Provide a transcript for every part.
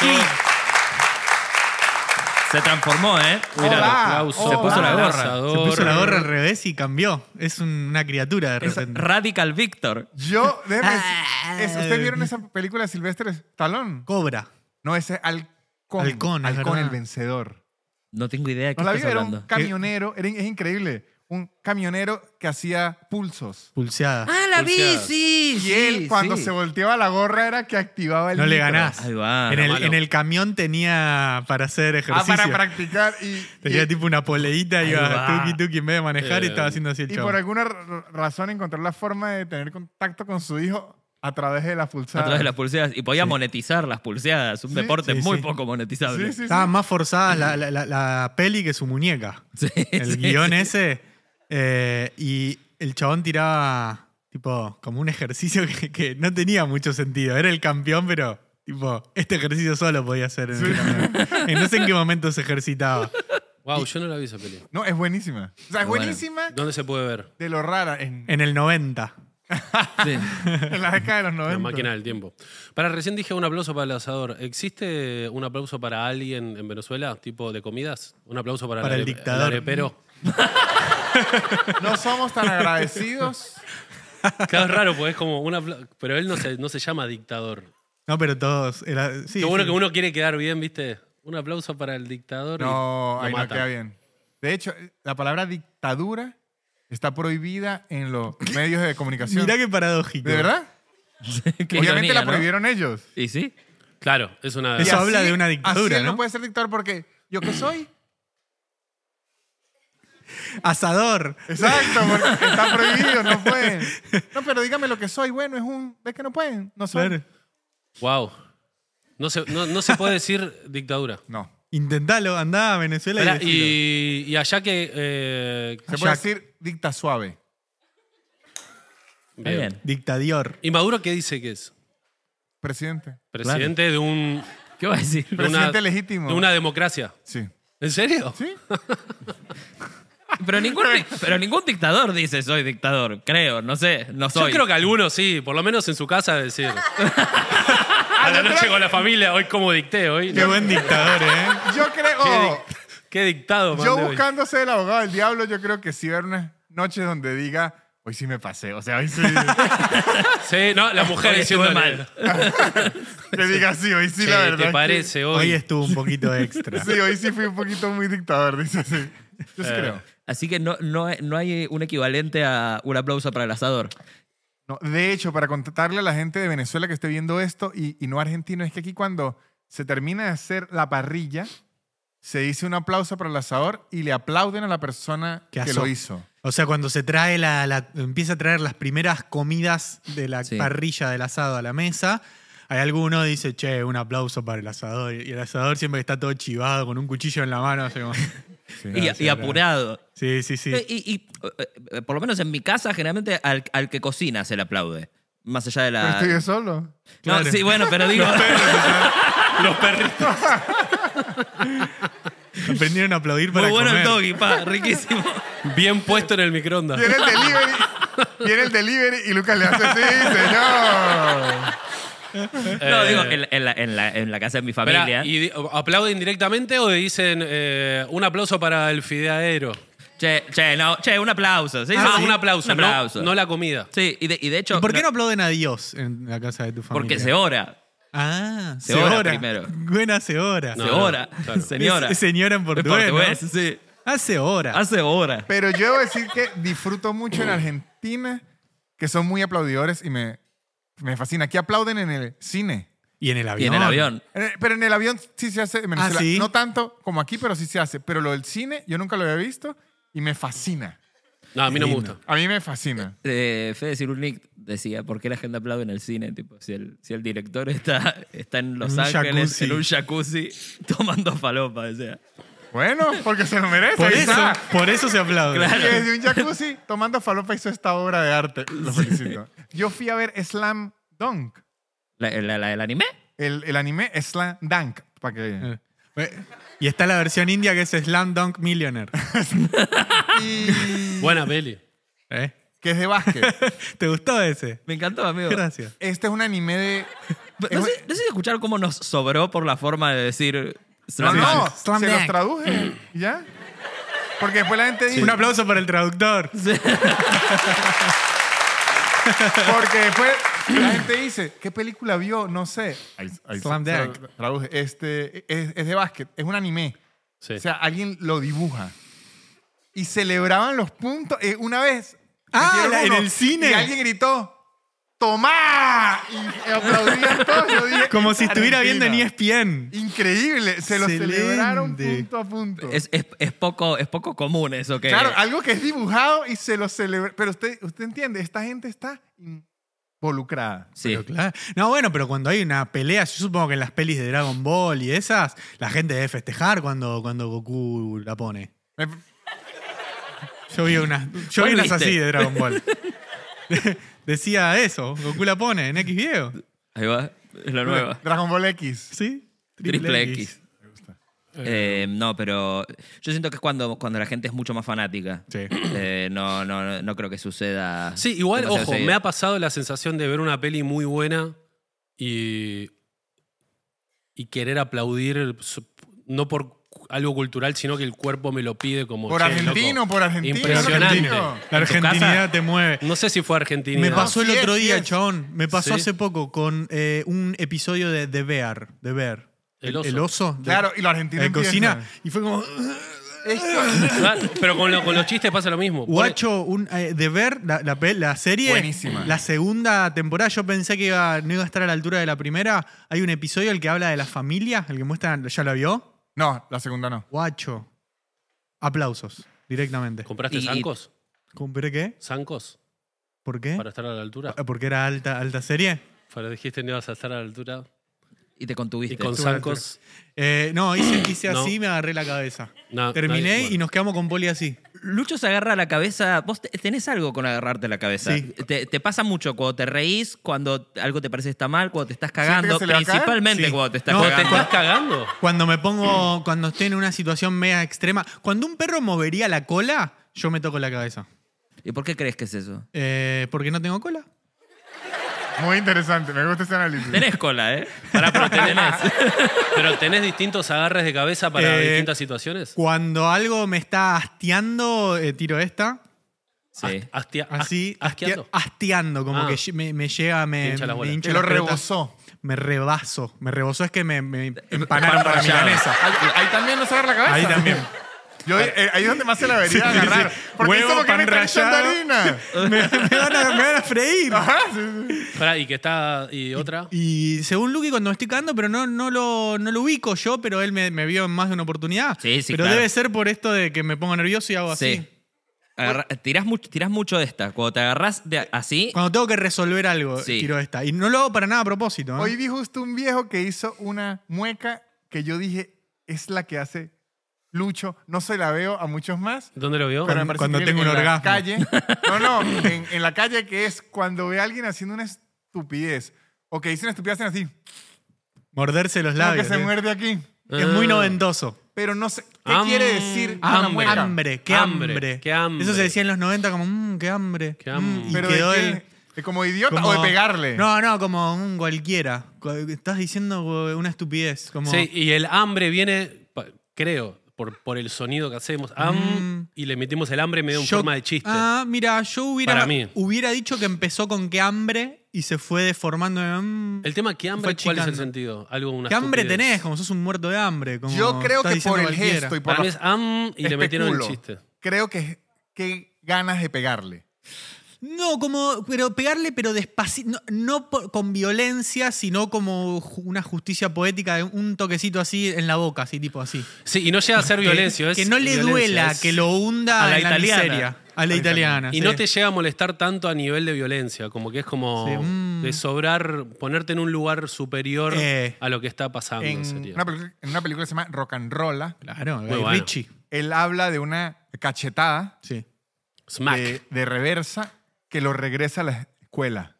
Ah. Se transformó, ¿eh? Mira, Hola. se puso la Hola. gorra. Se puso la gorra al revés y cambió. Es un- una criatura de Es repente. Radical Victor. Yo, déjeme decir- Ah. es- ¿Ustedes vieron esa película de Silvestre Stallone? Cobra. No, ese es Halcón. Halcón, es Halcón, verdad. el vencedor. No tengo idea de qué No la vi, estás era hablando. un camionero, era, es increíble, un camionero que hacía pulsos. Pulseada. ¡Ah, la vi! Pulseadas. Sí, Y él, sí, cuando sí. se volteaba la gorra, era que activaba el no le micro. ganás. Ahí va, en, no, el, malo. en el camión tenía para hacer Ah, ejercicio. para practicar. Y, Tenía y- tipo una poleíta, Ahí iba va. tuki tuki en vez de manejar y Eh, estaba haciendo así el y por chavo. alguna ra- razón encontró la forma de tener contacto con su hijo a través de la A pulsada. través de las pulseadas. Y podía monetizar las pulseadas. Un Sí, deporte sí, muy sí. poco monetizable. Sí, sí, sí. Estaba más forzada la, la- la- la peli que su muñeca. Sí, El sí, guión ese. eh, y el chabón tiraba tipo como un ejercicio que, que no tenía mucho sentido. Era el campeón, pero tipo, este ejercicio solo podía hacer. En el campeón. Y no sé en qué momento se ejercitaba. Wow, yo no la vi esa peli. No, es buenísima. O sea, es Bueno. buenísima ¿Dónde se puede ver? de lo rara en, En el 90. sí. en la década de los 90. La máquina del tiempo. Para recién dije un aplauso para el asador. ¿Existe un aplauso para alguien en Venezuela, tipo de comidas? Un aplauso para, Para el are- dictador. arepero. No somos tan agradecidos. Claro, es raro, porque es como un apla- Pero él no se, no se llama dictador. No, pero todos. Era, sí, Qué bueno sí. que uno quiere quedar bien, ¿viste? Un aplauso para el dictador. y No, lo ahí no matan. queda bien. De hecho, la palabra dictadura está prohibida en los medios de comunicación. Mirá qué paradójico. ¿De verdad? Qué Obviamente ironía, la ¿no? prohibieron ellos. ¿Y sí? Claro, es una. Eso Y habla de una así dictadura, él ¿no? ¿no? puede ser dictador porque yo que soy. Asador. Exacto, porque está prohibido, no pueden. No, pero dígame lo que soy. Bueno, es un. ¿Ves que no pueden? No soy. Claro. Wow. No se, no, no se puede decir dictadura. No. Intentalo, andá a Venezuela y, Pará, decilo. y, y allá que. eh, Se puede Jack. decir dicta suave. Está bien. Dictadior. ¿Y Maduro qué dice que es? Presidente. Presidente de un. ¿Qué va a decir? de una- Presidente legítimo. De una democracia. Sí. ¿En serio? ¿Sí? Pero ningún, pero ningún dictador dice soy dictador, creo, no sé, no soy. Yo creo que algunos sí, por lo menos en su casa decir. A la noche con la familia, hoy como dicté, hoy. Qué buen dictador, ¿eh? Yo creo. Qué dictado, Yo mandé hoy. buscando ser el abogado del diablo, yo creo que sí va a haber unas noches donde diga, hoy sí me pasé. O sea, hoy sí. Sí, no, la mujer Hoy estuve diciendo mal. que diga, sí, hoy sí, la verdad. ¿Te es que- parece hoy? Hoy estuvo un poquito extra. Sí, hoy sí fui un poquito muy dictador, dice así. Yo sí Eh. creo. Así que no, no, no hay un equivalente a un aplauso para el asador. No, de hecho, para contarle a la gente de Venezuela que esté viendo esto y, y no argentino, es que aquí cuando se termina de hacer la parrilla, se dice un aplauso para el asador y le aplauden a la persona Que que asó. lo hizo. O sea, cuando se trae la, la- empieza a traer las primeras comidas de la Sí. parrilla del asado a la mesa, hay alguno que dice, che, un aplauso para el asador. Y el asador siempre está todo chivado, con un cuchillo en la mano. así como- Y- y, apurado. Sí, sí, sí. Eh, Y, y, eh, eh, por lo menos en mi casa, generalmente al, al que cocina se le aplaude. Más allá de Pero la. estoy yo solo. No, claro. sí, bueno, pero digo. Los perritos. Aprendieron a aplaudir para Muy bueno el comer. doggy, pa, riquísimo. Bien puesto en el microondas. Viene el delivery, viene el delivery y Lucas le hace así, señor. No, Eh, digo, en, la- en la, en la- en la casa de mi Pará, familia. ¿y di- aplauden directamente o dicen eh, un aplauso para el fideadero? Che, che, no, che, un aplauso. ¿sí? Ah, Sí, un aplauso, un no- aplauso. No, la comida. Sí, y de, y de hecho. ¿Y por qué no aplauden a Dios en la casa de tu familia? Porque se ora. Ah, se, Se ora ora. primero. Buena se ora. No, se no, ora. claro. Señora. Es- señora en Es portugués, ¿no? sí. Hace hora. Hace hora. Pero yo debo decir que disfruto mucho en Argentina, que son muy aplaudidores y me, me fascina. Aquí aplauden en el cine. Y en el avión. Y en el avión. En el- Pero en el avión sí se hace en Venezuela. Ah, ¿sí? No tanto como aquí, pero sí se hace. Pero lo del cine, yo nunca lo había visto y me fascina. No, a mí no me gusta. A mí me fascina. Eh, Fede Cirulnik decía, ¿por qué la gente aplaude en el cine? Tipo, si el, si el director está, está en Los En un Ángeles, jacuzzi. en un jacuzzi, tomando falopa, decía. Bueno, porque se lo merece. Por ahí eso, está. por eso se aplaude. Claro. Que desde un jacuzzi tomando falopa hizo esta obra de arte. Lo felicito. Yo fui a ver Slam Dunk. ¿La, eh, la, la del anime? El, el anime Slam Dunk. Para que... Eh, Y está la versión india que es Slam Dunk Millionaire. Y- Buena peli. ¿Eh? Que es de básquet. ¿Te gustó ese? Me encantó, amigo. Gracias. Este es un anime de. Pero No es sé, no sé si escucharon cómo nos sobró por la forma de decir No, Slam no, dunk. Slam se los dunk. traduje. ¿y ¿Ya? Porque después la gente dice. Un aplauso para el traductor. Porque después la gente dice, ¿qué película vio? No sé. Slam Dunk. Tra- Traduje. Este, es, es de básquet, es un anime. Sí. O sea, alguien lo dibuja. Y celebraban los puntos. Eh, una vez. Ah, metieron la- en uno el cine. Y alguien gritó, ¡Tomá! Y aplaudían todos. Yo dije, Como si estuviera viendo en E Argentina. ESPN. Increíble. Se lo Excelente. celebraron punto a punto. Es, es- es poco, es poco común eso que. ah, Claro, algo que es dibujado y se lo celebra. Pero usted, usted entiende, esta gente está involucrada. sí. Pero claro. No, bueno, pero cuando hay una pelea, yo supongo que en las pelis de Dragon Ball y esas, la gente debe festejar cuando, cuando Goku la pone. Me- Yo vi unas, yo vi ¿Cuál unas viste? así de Dragon Ball. Decía eso, Goku la pone en X video. Ahí va. Es la nueva. Dragon Ball X. ¿Sí? Triple X. Eh, no, pero yo siento que es cuando, cuando la gente es mucho más fanática. Sí. Eh, no, no, no, no creo que suceda. Sí, igual, demasiado ojo, seguido. me ha pasado la sensación de ver una peli muy buena y, y querer aplaudir, su- no por cu- algo cultural, sino que el cuerpo me lo pide Oh, como... Por "Che, argentino, loco". por argentino. Impresionante. argentino. La ¿En tu argentinidad casa? te mueve. No sé si fue argentino. Me pasó el sí otro es, sí día, es. chabón. Me pasó Sí. hace poco con eh, un episodio de The Bear. The Bear. El oso. de- Claro, y los argentinos. de cocina. empiezan. Y fue como. Esto- Ah, Pero con, lo- con los chistes pasa lo mismo. Por- Guacho, un, eh, de ver la, la pe- la serie, Buenísima. la segunda temporada, yo pensé que iba- no iba a estar a la altura de la primera. Hay un episodio el que habla de la familia, el que muestra, ¿ya la vio? No, la segunda no. Guacho. Aplausos, directamente. ¿Compraste Y- zancos? ¿Compré qué? ¿Zancos? ¿Por qué? Para estar a la altura. Ah, ¿Porque era alta, alta serie? Para dijiste no ibas a estar a la altura. Y te Y contuviste. con Estuve a la zancos... Eh, no, hice, hice No. así y me agarré la cabeza. na- Terminé nadie- y bueno. nos quedamos con Poli así. Lucho se agarra la cabeza. Vos te- tenés algo con agarrarte la cabeza. Sí. Te, te pasa mucho cuando te reís, cuando algo te parece que está mal, cuando te estás cagando. que se le va a caer? Principalmente Sí. cuando te estás No, ¿Vos te cagando. estás cagando? Cuando me pongo, cuando estoy en una situación media extrema, cuando un perro movería la cola, yo me toco la cabeza. ¿Y por qué crees que es eso? Eh, porque no tengo cola. Muy interesante, me gusta ese análisis. Tenés cola, ¿eh? Pará, pero te tenés. ¿Pero tenés distintos agarres de cabeza para Eh, distintas situaciones? Cuando algo me está hastiando, eh, tiro esta. Sí. Hastia- has- Así, ¿Asqueando? hastia- hastiando, como Ah. que lle- me, me llega, me, Te hincha las me bolas. hincha Que lo las pelotas. rebosó. Me rebaso. Me rebosó es que me, me empanaron para Emparrillado. ah, milanesa. Ahí, ahí también no se agarra la cabeza. Ahí también. Yo, eh, ahí es donde más se la debería Sí, sí, agarrar. sí. Porque Huevo, es como que me pan está echando rallado. harina. me, me van a, me van a freír. Ajá, sí, sí. Pará, y que está. ¿Y otra? Y según Luqui, cuando me estoy cagando, pero no, no, lo, no lo ubico yo, pero él me, me vio en más de una oportunidad. Sí, sí, pero claro. debe ser por esto de que me pongo nervioso y hago Sí. así. Agarra- tirás, mucho, tirás mucho de esta. Cuando te agarrás de así, Cuando tengo que resolver algo, Sí. tiro esta. Y no lo hago para nada a propósito. ¿eh? Hoy vi justo un viejo que hizo una mueca que yo dije, es la que hace Lucho. No se la veo a muchos más. ¿Dónde lo vio? Pero me Cuando- parece cuando increíble. tengo un En la orgasmo. Calle, no, no, en, en la calle que es cuando ve a alguien haciendo una estupidez o que dice una estupidez hacen así, Morderse los como labios. que se ¿eh? muerde aquí. Es muy Ah. noventoso. Pero no sé, ¿qué Am- quiere decir una hambre. mueca? Hambre, qué hambre, Hambre, qué hambre. Eso se decía en los 90 como, mmm, qué hambre. Qué hambre. Mm, y Pero quedó de qué? el- ¿De como idiota como- o de pegarle. No, no, como un cualquiera. Co- Estás diciendo eh, una estupidez. Como, Sí, y el hambre viene, pa- creo, por, por el sonido que hacemos. Am, Y le metimos el hambre medio en Mm. yo- forma de chiste. Ah, mira, yo hubiera, Para mí. hubiera dicho que empezó con qué hambre y se fue deformando. en, "Mm, el tema, ¿qué hambre? fue ¿Cuál es el achicando. sentido? Algo, una ¿Qué hambre estupidez. tenés? Como sos un muerto de hambre. como Yo creo estás que diciendo por el cualquiera. gesto y por Para la- mí es am y le metieron el especulo. chiste. Creo que, que ganas de pegarle. No, como pero pegarle, pero despacito, no, no por- con violencia, sino como ju- una justicia poética, de un toquecito así en la boca, así tipo así. Sí, y no llega a ser violencia. que, es que no le violencia, duela, es- que lo hunda a la en la italiana. miseria. A la la italiana. italiana. Y sí. no te llega a molestar tanto a nivel de violencia, como que es como Sí, mm. de sobrar, ponerte en un lugar superior Eh. a lo que está pasando. En Ah, sería. una, película, en una película que se llama Rock and Roll, Claro, Guy bueno. Ritchie. él habla de una cachetada Sí. Smack. de- de reversa que lo regresa a la escuela.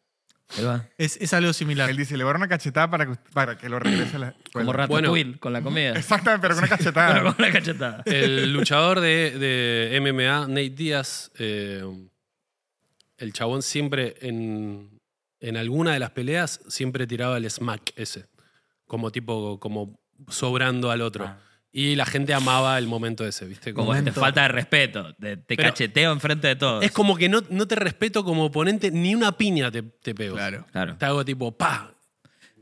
ahí va. Es, es algo similar. Él dice, le voy a dar una cachetada para que, para que lo regrese a la escuela. Como Ratatouille con la comida. Exactamente, pero con una cachetada. Pero con la cachetada. El luchador de, de MMA, Nate Díaz, eh, el chabón siempre en, en alguna de las peleas siempre tiraba el smack ese. Como tipo, como sobrando al otro. Ah. Y la gente amaba el momento ese, ¿viste? Como es, te falta de respeto. Te, te Pero- cacheteo enfrente de todos. como que no, no te respeto como oponente, ni una piña te, te pego. Claro. Claro. Te hago tipo, pa.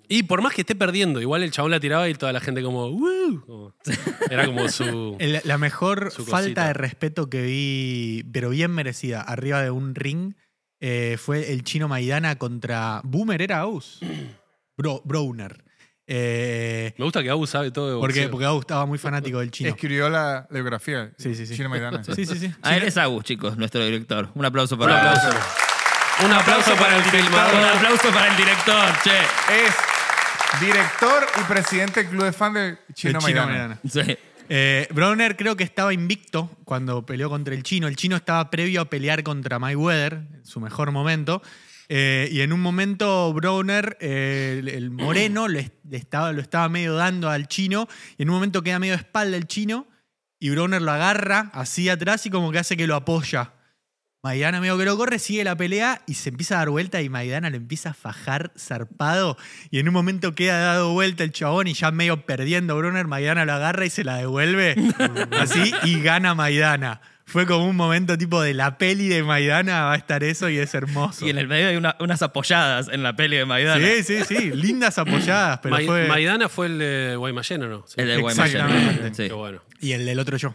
Y por más que esté perdiendo, igual el chabón la tiraba y toda la gente como, "Woo", como- era como su... El- la mejor Su falta cosita. de respeto que vi, pero bien merecida, arriba de un ring, eh, fue el chino Maidana contra Boomer, era Aus. Bro, Browner. Eh, Me gusta que Abu sabe todo de porque, boxeo. porque Aus estaba muy fanático del chino. Escribió la, la biografía. Sí, sí, sí. Chino Maidana. Sí, sí, sí. Ah, él es Agus, chicos, nuestro director. Un aplauso Un para aplauso. Un aplauso para el Un filmador. aplauso para el director, che. Es director y presidente del club de fan de Chino, El Maidana. Sí. Eh, Browner creo que estaba invicto cuando peleó contra el chino. El chino estaba previo a pelear contra Mayweather, en su mejor momento. Eh, y en un momento Browner, eh, el, el moreno, le, le estaba, lo estaba medio dando al chino. Y en un momento queda medio de espalda el chino. Y Browner lo agarra así atrás y como que hace que lo apoya. Maidana medio que lo corre, sigue la pelea y se empieza a dar vuelta y Maidana le empieza a fajar zarpado y en un momento queda dado vuelta el chabón y ya medio perdiendo Brunner, Maidana lo agarra y se la devuelve así y gana Maidana. Fue como un momento tipo de la peli de Maidana va a estar eso y es hermoso. Y en el medio hay una- unas apoyadas en la peli de Maidana. Sí, sí, sí, lindas apoyadas, pero Ma- fue... Maidana fue el de Guaymallén, ¿o no? Sí. El de Guaymallén. Exactamente. Sí. Qué bueno. Y el del otro yo,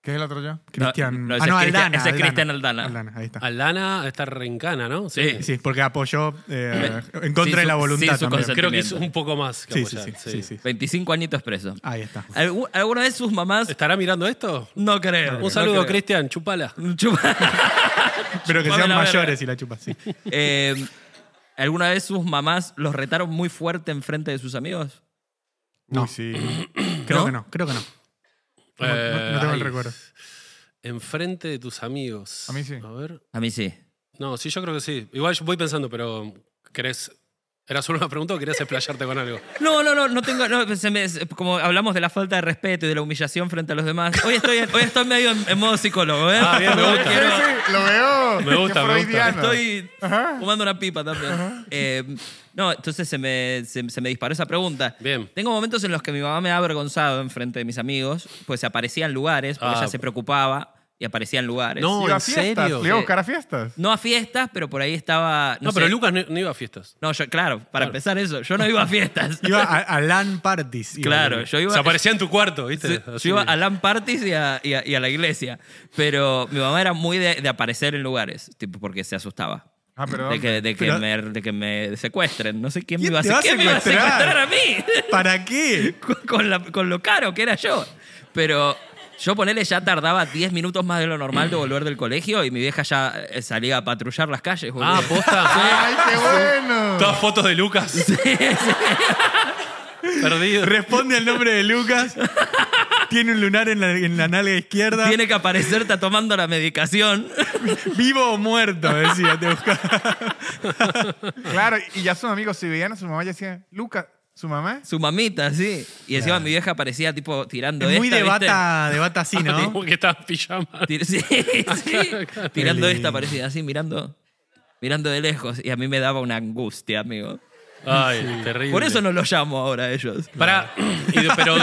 ¿Qué es el otro ya? Cristian... no, ese ah, no, es Cristian- Aldana. ese es Cristian Aldana. ahí está. Aldana está Rincana, ¿no? Sí. Sí, porque apoyó eh, en contra Sin de la su- voluntad sin su también. consentimiento. Creo que hizo un poco más. que Sí, sí, apoyar, sí, sí, sí. 25 añitos presos. Ah. Ahí está. ¿Algu- ¿Alguna vez sus mamás? ¿Estará mirando esto? No creo. Un saludo, Cristian. Cristian. Chupala. Pero que Chupame sean la verga. mayores y la chupas, sí. Eh, ¿Alguna vez sus mamás los retaron muy fuerte en frente de sus amigos? No. Uy, sí. Creo ¿No? que no, creo que no. No, Eh, no- no tengo el ay. recuerdo. Enfrente de tus amigos. A mí sí. A ver. A mí sí. No, sí, yo creo que sí. Igual yo voy pensando, pero ¿querés. ¿Era solo una pregunta o querías explayarte con algo? No, no, no, no tengo. no, se me- se- como hablamos de la falta de respeto y de la humillación frente a los demás, hoy estoy, hoy estoy medio en, en modo psicólogo, ¿eh? Ah, bien, me No gusta. quiero- Sí, sí, lo veo. Me gusta, Qué me gusta. freudiano. Estoy Ajá. fumando una pipa también. Eh, no, entonces se me, se, se me disparó esa pregunta. Bien. Tengo momentos en los que mi mamá me ha avergonzado en frente de mis amigos, pues se aparecía en lugares, porque Ah. ella se preocupaba y aparecía en lugares. No, Iba a ¿en fiestas. serio? Le iba a Sí. buscar a fiestas. No a fiestas, pero por ahí estaba. No, No, pero sé, Lucas no, no iba a fiestas. No, yo, claro, para empezar eso, yo no iba a fiestas. Iba a, a LAN parties. iba claro, a- yo iba, Se aparecía en tu cuarto, ¿viste? yo- Así. yo iba a LAN parties y a, y a- y a la iglesia. Pero mi mamá era muy de, de aparecer en lugares, tipo, porque se asustaba. Ah, pero De que, de, que Pero- me, de que me secuestren. No sé quién, ¿Quién me, iba a, te va a quién me iba a secuestrar a secuestrar? mí. ¿Para qué? con, con la- con lo caro que era yo. Pero yo ponele ya tardaba 10 minutos más de lo normal de volver del colegio y mi vieja ya eh, salía a patrullar las calles. boludo. Ah, posta. ¡Ay, qué bueno! Todas fotos de Lucas. Perdido. Responde al nombre de Lucas. Tiene un lunar en la, en la nalga izquierda. Tiene que aparecer, está tomando la medicación. Vivo o muerto, decía. Te buscaba. Claro, y ya sus amigos, si veían a su mamá, ya decían, Lucas, ¿su mamá? Su mamita, sí. Y encima mi vieja parecía tipo tirando Es muy esta. de ¿viste? Ah, bata, de bata así, ¿no? Como que estaba en pijama. Tir- sí, sí. tirando Qué esta lindo. parecía así, mirando, mirando de lejos. Y a mí me daba una angustia, amigo. Ay, terrible. Por eso no los llamo ahora a ellos. Pará, y de- pero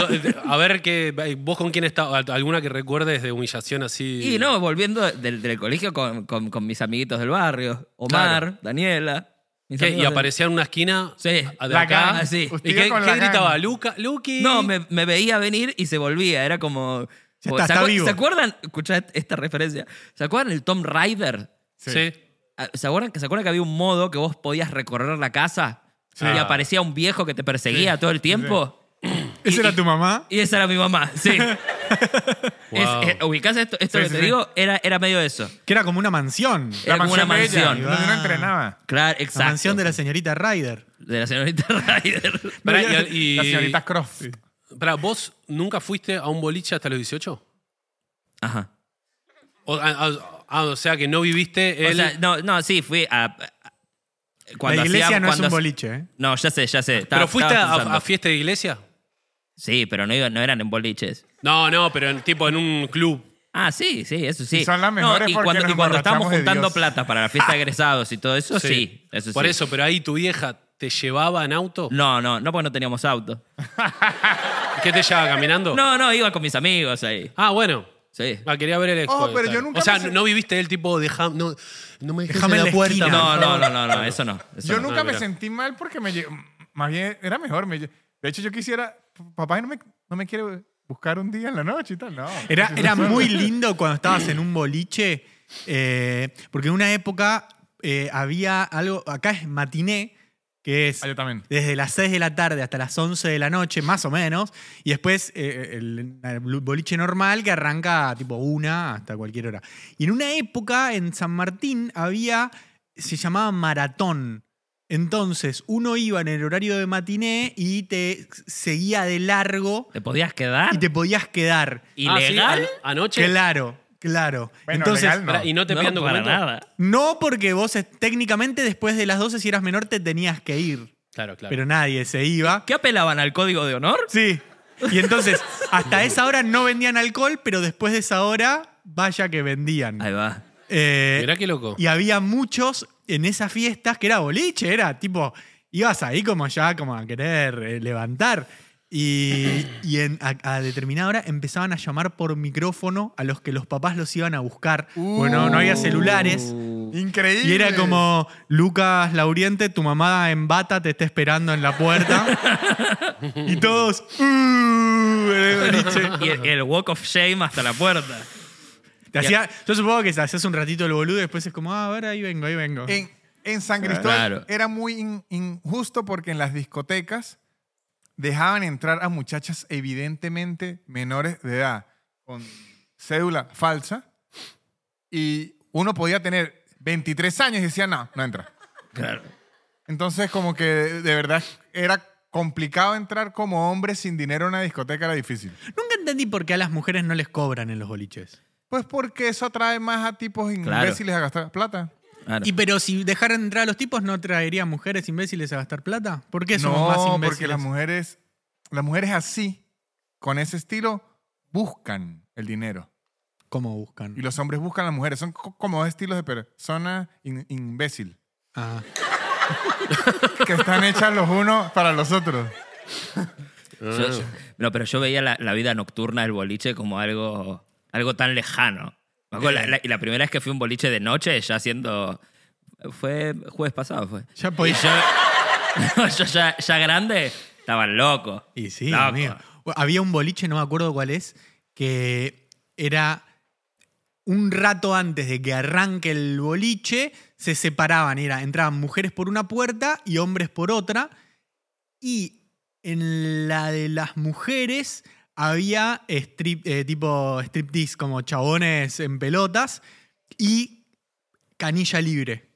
a ver que vos con quién estabas, alguna que recuerdes de humillación así. Y no, volviendo del, del colegio con, con- con mis amiguitos del barrio. Omar, Claro. Daniela. mis ¿Qué? amigos Y de- aparecía en una esquina Sí. de La acá. gang, sí. ¿Y Usted qué, con qué la gang. gritaba? Luca, Luqui. No, me, me veía venir y se volvía. Era como... Ya está, ¿se, está acuer- vivo. ¿Se acuerdan? Escuchá esta referencia. ¿Se acuerdan el Tom Rider? Sí. Ah, ¿Se acuerdan, ¿Se acuerdan que había un modo que vos podías recorrer la casa y Ah. aparecía un viejo que te perseguía todo el tiempo? ¿Esa era tu mamá? Y esa era mi mamá, sí. Es- Wow. eh, ¿Ubicás esto, esto Sí, que sí, te sí. digo? Era, era medio eso. Que era como una mansión. Era como una mansión. de ella, donde uno entrenaba. Claro, La exacto. mansión de la señorita Ryder. De la señorita Ryder. Pará, No, ya- y, y- La señorita Croft. pará, ¿vos nunca fuiste a un boliche hasta los 18? Ajá. O, a- a- a- o sea, que no viviste O el... sea, no, no, sí, fui a... a- cuando la iglesia hacíamos- no es cuando- un boliche, ¿eh? No, ya sé, ya sé. Estaba- ¿Pero fuiste estaba a, pensando. a fiesta de iglesia? Sí, pero no, iba- no eran en boliches. No, no, pero en, tipo en un club. Ah, sí, sí, eso sí. Y son las No, mejores y porque cuando, nos y cuando estábamos emborrachamos de juntando Dios. plata para la fiesta de egresados y todo eso, sí. eso Por sí. eso, pero ahí tu vieja te llevaba en auto? No, no, no porque no teníamos auto. ¿Qué te llevaba caminando? No, no, iba con mis amigos ahí. Ah, bueno. Sí. Ah, quería ver el expo. Oh, pero yo está bien. nunca o sea, pensé- no viviste el tipo, deja, no, no me dejes Dejame en en la la puerta. Ah, esquina. No, no, no, no, no, eso no. eso Yo no. nunca me mira. sentí mal porque me lle- Más bien, era mejor. me lle- de hecho, yo quisiera... Papá no me, no me quiere buscar un día en la noche y tal, no. Era, era muy lindo cuando estabas en un boliche, eh, porque en una época eh, había algo, acá es matiné, que es Ah, yo también. desde las 6 de la tarde hasta las 11 de la noche, más o menos, y después eh, el, el boliche normal que arranca tipo una hasta cualquier hora. Y en una época en San Martín había, se llamaba maratón. Entonces, uno iba en el horario de matiné y te seguía de largo ¿Te podías quedar? y te podías quedar. Ah, sí, ¿Ilegal? an- anoche. Claro, claro. Bueno, Entonces, legal no. Pará, Y no te No, pidiendo para documento? nada. no porque vos es- técnicamente después de las 12 si eras menor te tenías que ir, Claro, claro. pero nadie se iba. ¿Qué apelaban al código de honor? Sí. Y entonces, hasta esa hora no vendían alcohol, pero después de esa hora, vaya que vendían. Ahí va. Eh, Ah, Mirá qué loco. y había muchos en esas fiestas que era boliche, era tipo, ibas ahí como ya, como a querer eh, levantar. Y, y en- a, a determinada hora empezaban a llamar por micrófono a los que los papás los iban a buscar. Bueno, no había celulares. Increíble. Uh, Y era como, Lucas Lauriente, tu mamá en bata te está esperando en la puerta. y todos, "Uh", en el boliche. Y el, el walk of shame hasta la puerta. Te hacía- yo supongo que te hacías un ratito el boludo y después es como, ah, a ver, ahí vengo, ahí vengo. En, en San Cristóbal Claro. era muy in- injusto porque en las discotecas dejaban entrar a muchachas evidentemente menores de edad, con cédula falsa, y uno podía tener 23 años y decía, no, no entra. Claro. Entonces como que de verdad era complicado entrar como hombre sin dinero a una discoteca, era difícil. Nunca entendí por qué a las mujeres no les cobran en los boliches. Pues porque eso atrae más a tipos Claro. imbéciles a gastar plata. Claro. Y pero si dejaran entrar a los tipos, ¿no traería mujeres imbéciles a gastar plata? ¿Por qué somos más no, imbéciles? porque las mujeres, las mujeres así, con ese estilo, buscan el dinero. ¿Cómo buscan? Y los hombres buscan a las mujeres. Son co- como dos estilos de persona in- imbécil. Ah. Que están hechas los unos para los otros. Yo- yo- no, pero yo veía la, la vida nocturna del boliche como algo, algo tan lejano. Me acuerdo, la- la- y la primera vez que fui a un boliche de noche, ya siendo... Fue jueves pasado, fue. Ya podía. Yo, yo ya, ya grande, estaban locos. Y sí, Locos. amigo. Bueno, Había un boliche, no me acuerdo cuál es, que era un rato antes de que arranque el boliche, se separaban. Era, entraban mujeres por una puerta y hombres por otra. Y en la de las mujeres había strip, eh, tipo striptease, como chabones en pelotas y canilla libre.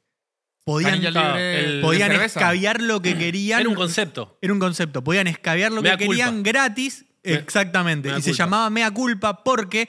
Podían, Canilla libre Ah, el- de podían cerveza. escabiar lo que querían. Era un concepto. Era un concepto. Podían escabiar lo Mea que culpa. querían gratis. Mea- Exactamente. mea y se culpa. llamaba mea culpa porque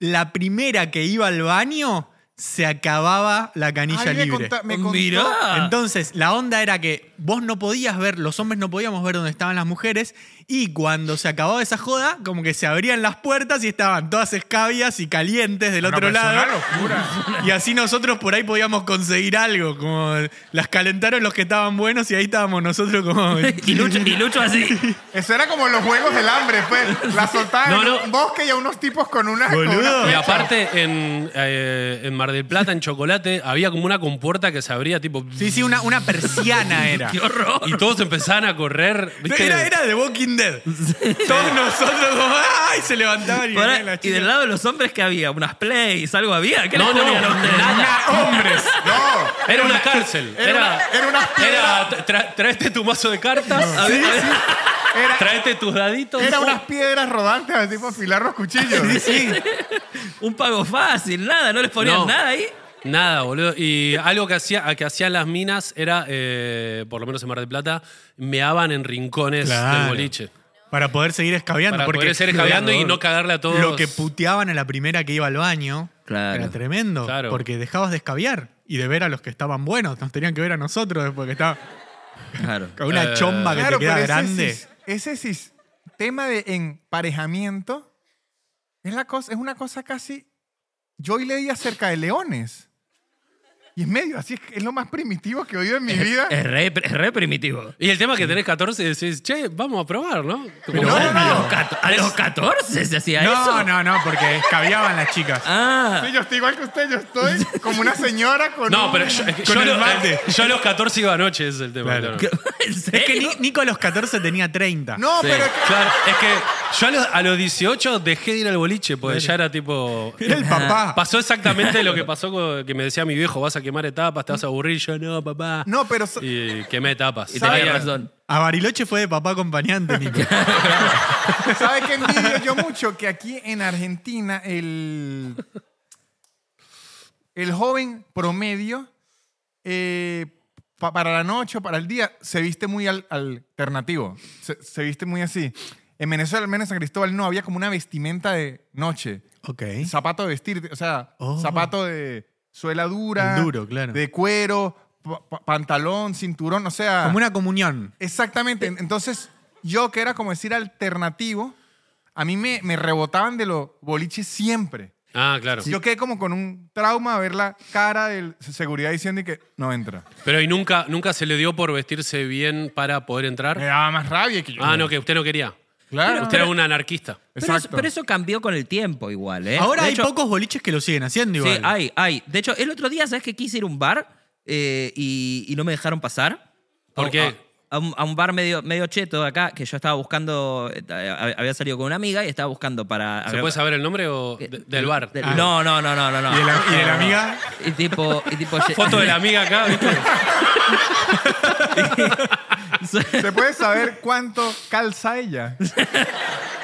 la primera que iba al baño se acababa la canilla Ay, me libre. conta- me contó- Ah. Mirá. Entonces, la onda era que vos no podías ver, los hombres no podíamos ver dónde estaban las mujeres, y cuando se acababa esa joda, como que se abrían las puertas y estaban todas escabias y calientes del No, otro pero es lado. una locura. Y así nosotros por ahí podíamos conseguir algo, como las calentaron los que estaban buenos y ahí estábamos nosotros como... Y Lucho, y Lucho así. Eso era como los juegos del hambre, pues. La soltaban No, no. en un bosque y a unos tipos con una. con Boludo. una Y flecha. aparte, en, eh, en Mar del Plata, en Chocolate, había como una compuerta que se abría, tipo. Sí, sí, una, una persiana era. ¡Qué horror! Y todos empezaban a correr. ¿viste? Era, era de Walking Dead. Todos nosotros como, ¡ay! Se levantaban y Pará, venían las y del chicas. lado de los hombres que había, unas plays, algo había. ¿Qué No, les ponían no, a ustedes? hombres. No. Era una cárcel. Era, Era. una- era unas piedras. Era, tra- traete tu mazo de cartas, A ver, a ver, Era, traete tus daditos. era unas piedras rodantes, así para afilar los cuchillos. Un pago fácil, nada, no les ponían No. nada ahí. Nada, boludo. Y algo que, hacía, que hacían las minas era, eh, por lo menos en Mar del Plata, meaban en rincones del Claro. boliche. Para poder seguir escabeando. Para porque poder ser escabeando y no cagarle a todos. Lo que puteaban a la primera que iba al baño Claro. era tremendo. Claro. Porque dejabas de escabear y de ver a los que estaban buenos. Nos tenían que ver a nosotros después que estaba Claro. con una chomba que Claro, te queda pero ese grande. sis- Ese, sis- tema de emparejamiento es, la cosa, es una cosa casi... Yo hoy leí acerca de leones. Y es medio, así es, es lo más primitivo que he oído en mi Eh, vida. Es re, es re primitivo. Y el tema es que tenés 14 y decís, che, vamos a probar, ¿no? Como, Pero no, a, no. Los cato- a los 14 se hacía No, eso. no, no, porque escabiaban las chicas. Ah, Sí, yo estoy igual que usted, yo estoy como una señora con No, un- pero yo, es que Con yo el lo- mate. yo a los 14 iba anoche, ese es el tema. Claro. claro. ¿en Es que serio? Ni- Nico a los 14 tenía 30. No, Sí, pero es que- claro, es que yo a los, a los 18 dejé de ir al boliche, porque ya era tipo... Era el Ah. papá. Pasó exactamente lo que pasó con, que me decía mi viejo, vas a quemar etapas, te vas a aburrir, yo no, papá. No, pero... so- Y quemé etapas. Y Sabía- tenía razón. A Bariloche fue de papá acompañante, Nico. ¿Sabes qué envidio yo mucho? Que aquí en Argentina el, el joven promedio eh, pa- para la noche o para el día se viste muy al- alternativo, se, se viste muy así. En Venezuela, al menos en San Cristóbal, no había como una vestimenta de noche. ok. Zapato de vestir, o sea, Oh. zapato de suela dura, El duro, claro. de cuero, pa- pa- pantalón, cinturón, o sea... Como una comunión. Exactamente. En- Entonces, yo que era como decir alternativo, a mí me, me rebotaban de los boliches siempre. Ah, claro. Yo quedé como con un trauma a ver la cara de seguridad diciendo y que no entra. Pero ¿y nunca, nunca se le dio por vestirse bien para poder Me entrar? daba más rabia que yo. Ah, no, que usted no quería. Claro. Usted era un anarquista. Pero, eso- Exacto. pero eso cambió con el tiempo igual, ¿eh? Ahora De hay hecho- pocos boliches que lo siguen haciendo igual. Sí, hay, hay. De hecho, el otro día, ¿sabes que quise ir a un bar eh, y, y no me dejaron pasar? ¿Por A- qué? A, a un, a un bar medio, medio cheto de acá que yo estaba buscando, eh, hab- había salido con una amiga y estaba buscando para... ¿Se puede saber el nombre o de- del bar? De- No, no, no, no, no. no. ¿Y de la- y de la No, no. amiga? Y tipo... Y tipo Foto de la amiga acá, ¿viste? ¿Se puede saber cuánto calza ella?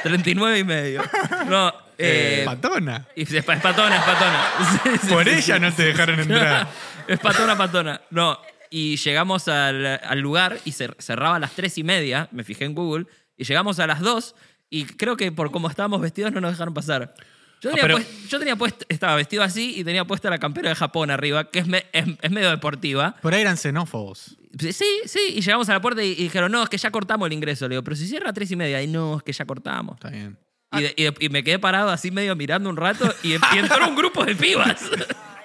39 y medio. No, eh... Patona. y se- es patona, es patona. Sí, sí, Por sí, ella sí. no te dejaron entrar. es patona, patona. No. Y llegamos al, al lugar y cer- cerraba a las tres y media, me fijé en Google, y llegamos a las dos y creo que por cómo estábamos vestidos no nos dejaron pasar. Yo Ah, tenía, pero- puest- yo tenía puest- estaba vestido así y tenía puesta la campera de Japón arriba, que es, me- es- es medio deportiva. Por ahí eran xenófobos. Sí, sí, y llegamos a la puerta y, y dijeron, no, es que ya cortamos el ingreso. Le digo, pero si cierra a tres y media, y no, es que ya cortamos. Está bien. Y, de- y de- y me quedé parado así medio mirando un rato y, y entró un grupo de pibas.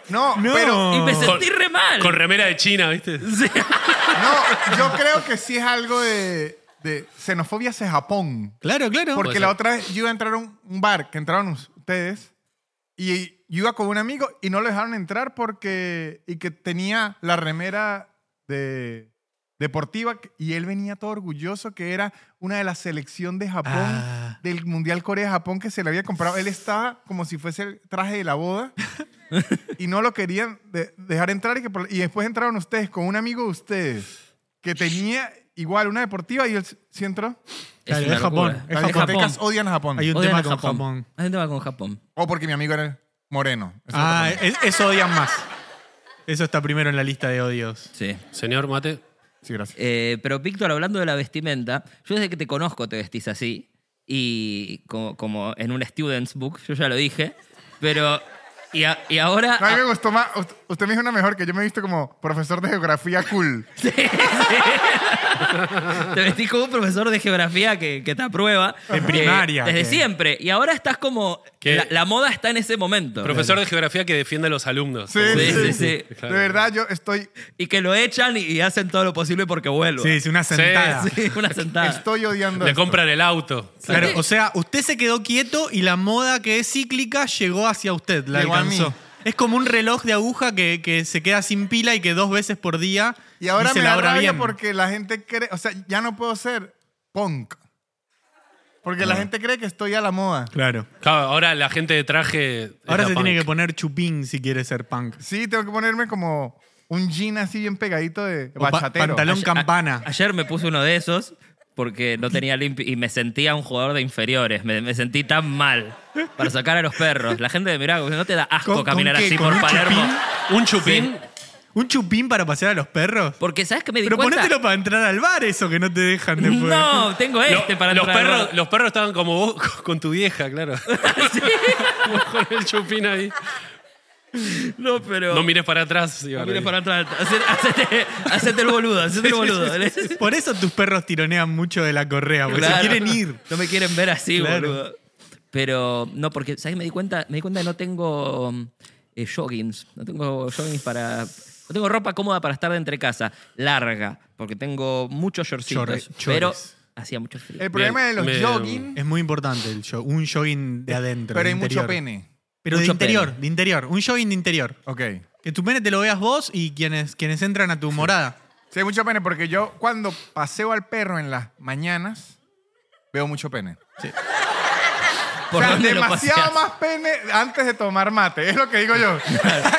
No, No. pero y me Con- sentí re mal. Oh. Con remera de China, ¿viste? Sí. no, yo creo que sí es algo de, de xenofobia hacia Japón. Claro, claro. Porque Puede la ser. otra vez yo iba a entrar a un, un bar que entraron us- ustedes y yo iba con un amigo y no lo dejaron entrar porque y que tenía la remera de deportiva que- y él venía todo orgulloso que era una de la selección de Japón Ah. del Mundial Corea-Japón que se le había comprado. Él estaba como si fuese el traje de la boda y no lo querían de- dejar entrar y, que por- y después entraron ustedes con un amigo de ustedes que tenía igual una deportiva y él s- sí entró. Es Claro, una es Japón, locura. es Las Es Japón. discotecas odian a Japón. Hay un Odian tema a con Japón. Hay un tema con Japón. O Oh, porque mi amigo era moreno. Eso Ah, es- eso odian más. Eso está primero en la lista de odios. Sí. Señor Mate. Sí, gracias. Eh, pero Víctor, hablando de la vestimenta, yo desde que te conozco te vestís así. Y como, como en un student's book, yo ya lo dije. Pero. Y, a- y ahora. No, a mí me gustó más. Ust- Usted me dijo una mejor que yo me he visto como profesor de geografía cool. Sí, sí. te vestís como un profesor de geografía que, que te aprueba. De Eh, primaria, desde que- siempre. Y ahora estás como. Que- La, la moda está en ese momento. Profesor de geografía que defiende a los alumnos. Sí, Sí, sí, sí, sí. sí. De verdad, yo estoy, Y que lo echan y, y hacen todo lo posible porque vuelva. Sí, es una sentada. Sí, una sentada. estoy odiando. Le esto. compran el auto. Claro, o sea, usted se quedó quieto y la moda que es cíclica llegó hacia usted, la Llegó a alcanzó. mí. Es como un reloj de aguja que, que se queda sin pila y que dos veces por día Y ahora dice me la da hora rabia bien. porque la gente cree. O sea, ya no puedo ser punk. Porque la gente cree que estoy a la moda. Claro. Claro, ahora la gente de traje. es Ahora la se tiene punk. que poner chupín si quiere ser punk. Sí, tengo que ponerme como un jean así bien pegadito de O pa- bachatero. pantalón Ayer- campana. a- ayer me puse uno de esos porque no tenía limpio y me sentía un jugador de inferiores. Me, me sentí tan mal para sacar a los perros. La gente me miraba como, no te da asco ¿Con- con caminar qué? así ¿Con por un Palermo. chupín? Un chupín. ¿Un chupín para pasear a los perros? Porque sabes que me di Pero cuenta. ponételo para entrar al bar, eso que no te dejan después. No, tengo Lo- este para los, entrar. perros, los perros estaban como vos con tu vieja, claro. con el chupín ahí. No, pero. No mires para atrás. iba No a mires reír. para atrás. Hacete, hacete- hacete el boludo, hacete el boludo. Por eso tus perros tironean mucho de la correa, porque Claro. se quieren ir. No me quieren ver así, Claro. boludo. Pero no, porque, ¿sabes? Me di cuenta, me di cuenta que no tengo mm, eh, joggings. No tengo joggings para. No tengo ropa cómoda para estar de entre casa, larga, porque tengo muchos shortcitos. Chorre- chores. Eh, pero hacía mucho frío. El problema Bien, de me- los jogging, Es muy importante el jo- un jogging de adentro. pero de hay mucho interior. pene. Pero de Mucho interior, pene. de interior. Un jogging de interior. Ok. Que tu pene te lo veas vos y quienes, quienes entran a tu morada. Sí, hay mucho pene porque yo cuando paseo al perro en las mañanas, veo mucho pene. ¿Por o sea, dónde lo demasiado paseás? más pene antes de tomar mate, es lo que digo yo.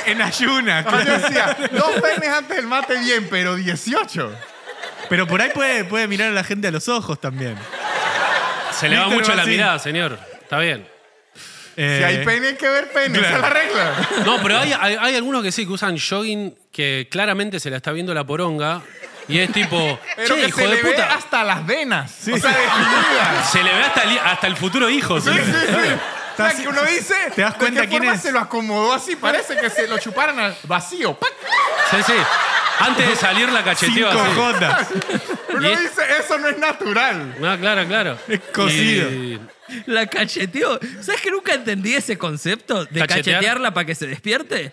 en ayunas. Yo claro. decía, dos penes antes del mate, bien, pero 18. Pero por ahí puede, puede mirar a la gente a los ojos también. Se le va Víctor mucho la Basín. mirada, señor. Está bien. Eh, Si hay pene, hay que ver pene, esa es la regla. No, pero hay, hay- hay algunos que sí, que usan jogging que claramente se la está viendo la poronga y es tipo, Pero che, que hijo se de le ve puta. hasta las venas. O sea, definidas. Se le ve hasta el, hasta el futuro hijo. Sí, se le- sí, sí. O sea, que uno dice, ¿Te das cuenta de qué quién forma es? se lo acomodó así, parece que se lo chuparan al vacío. ¡Pac! Sí, sí. Antes de salir la cacheteó cinco así. jotas. Uno Y es- dice, eso no es natural. No, Ah, claro, claro. Es cocido. Y- La cacheteó. ¿Sabes que nunca entendí ese concepto de ¿Cachetear? cachetearla para que se despierte?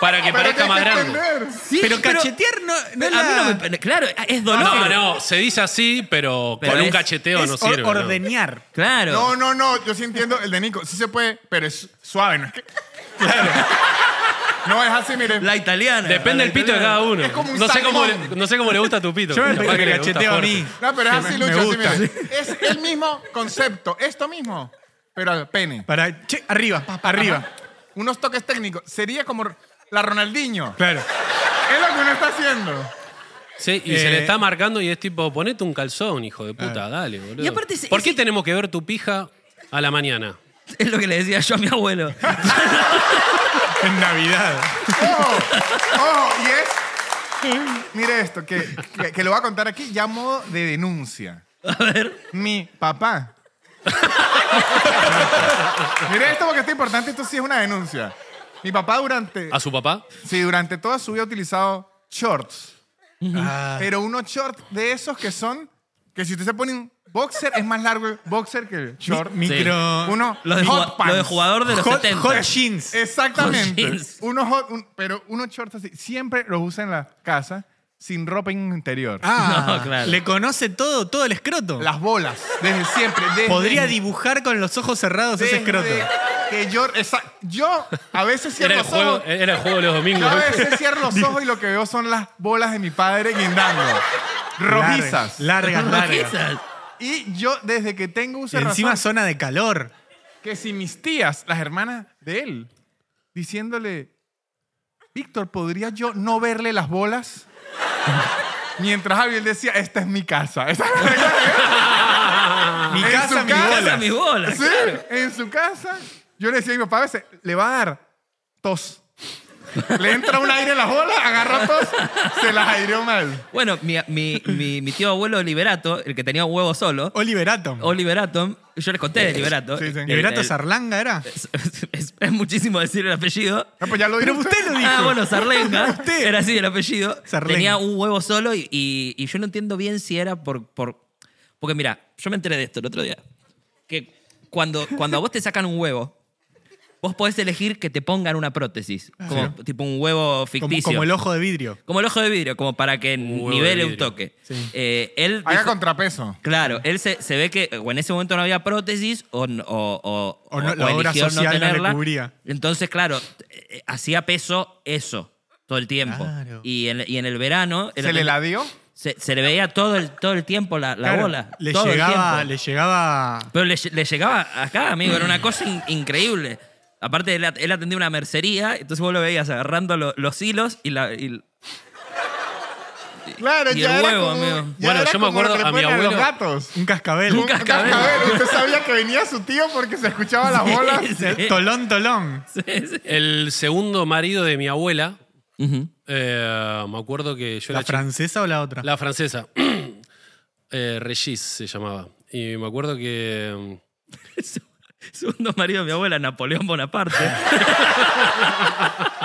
para que parezca más tienes que grande. entender. Sí, Pero cachetear no, no a es mí la- no me- Claro, es dolor. No, no, se dice así, pero, Pero con un es- cacheteo es no or- sirve. ¿no? ordeñar. Claro. No, no, no, yo sí entiendo el de Nico. Sí se puede, pero es suave, no es que... No, es así, miren. La italiana. Depende la del pito de italiana. cada uno. Es como un no, sé cómo le, salmón. no sé cómo le gusta a tu pito. Yo me Capaz me que le gusta cacheteo a fuerte. mí. No, pero es Sí, me- así, Lucho, me gusta. así, miren. Es el mismo concepto, esto mismo, pero al pene. Para, che, arriba, arriba. Ajá. Unos toques técnicos. Sería como la Ronaldinho. Claro. Es lo que uno está haciendo. Sí, y Eh, se le está marcando y es tipo, ponete un calzón, hijo de puta, dale, boludo. Y aparte ese- ¿Por qué ese- tenemos que ver tu pija a la mañana? Es lo que le decía yo a mi abuelo. En Navidad. Ojo, ojo, y es. Mire esto, que, que, que lo voy a contar aquí ya a modo de denuncia. A ver. Mi papá. Mire esto porque esto es importante, esto sí es una denuncia. Mi papá durante. ¿A su papá? Sí, durante toda su vida ha utilizado shorts. Ah, Pero unos shorts de esos que son. Que si usted se pone un boxer, es más largo el boxer que el short. mi- micro. Sí. Uno- Lo de, Hot juga- lo de pants. jugador de los hot, 70. hot jeans. Eh, Exactamente. Oh, Con jeans. Unos hot- un- pero unos shorts así. Siempre los usa en la casa sin ropa interior. Ah, No, claro. le conoce todo, todo el escroto. Las bolas. Desde siempre. desde- Podría dibujar con los ojos cerrados desde ese escroto. Que yo, esa- yo a veces cierro Era el, los juego, ojos. era el juego de los Yo domingos. a veces cierro los ojos y lo que veo son las bolas de mi padre guindando. Rojizas. Largas, largas. largas. Rojizas. Y yo desde que tengo uso Y de encima razón, zona de calor. que si mis tías, las hermanas de él, diciéndole, Víctor, ¿podría yo no verle las bolas? Mientras Javier decía, esta es mi casa. Esa es la regla de él. Mi En su casa, mi casa, Esa bola. es mi bola. Sí, en su casa. Yo le decía a mi papá a veces, le va a dar tos. Le entra un aire en las bolas, agarra tos, se las aireó mal. Bueno, mi, mi- mi- mi tío abuelo Liberato, el que tenía un huevo solo, Oliver Atom. Oliver Atom, yo les conté de Liberato. Sí, sí. El- Liberato el- Zarlanga era. es, es- es muchísimo decir el apellido. No, pues ya lo Pero dijo usted lo dijo. Ah, bueno, Sarlenga. Usted. Era así el apellido. Sarlenga. Tenía un huevo solo y, y- y yo no entiendo bien si era por, por... Porque mira, yo me enteré de esto el otro día. Que cuando, cuando a vos te sacan un huevo, vos podés elegir que te pongan una prótesis. Como tipo un huevo Ah. Como, ficticio. como el ojo de vidrio. Como el ojo de vidrio, como para que huevo de nivele un vidrio. toque. Eh, él Haga dijo- contrapeso. Claro, él se, se ve que o en ese momento no había prótesis o, n- o, o- O no- la obra eligió social no le cubría. Entonces, claro, eh, eh, hacía peso eso todo el tiempo. Claro. Y, en, y en el verano ¿Se le la dio? se, se le veía todo el, todo el tiempo la, la Claro, bola. Le todo el llegaba, tiempo. le llegaba. Pero le, lle- le llegaba acá, amigo, era una cosa in- increíble. Aparte, él, at- él atendía una mercería, entonces vos lo veías agarrando lo- los hilos y la... y- Claro, Y ya el era huevo, como, amigo. ya Bueno, era yo como me acuerdo lo que le a mi ponen los abuelo- gatos. Un cascabel. Un cascabel. Usted sabía que venía su tío porque se escuchaba las bolas. Sí. Tolón, tolón. El segundo marido de mi abuela, Ujú. eh, me acuerdo que yo ¿La era chico- francesa o la otra? La francesa. eh, Regis se llamaba. Y me acuerdo que. mm, Su- Segundo marido de mi abuela, Napoleón Bonaparte.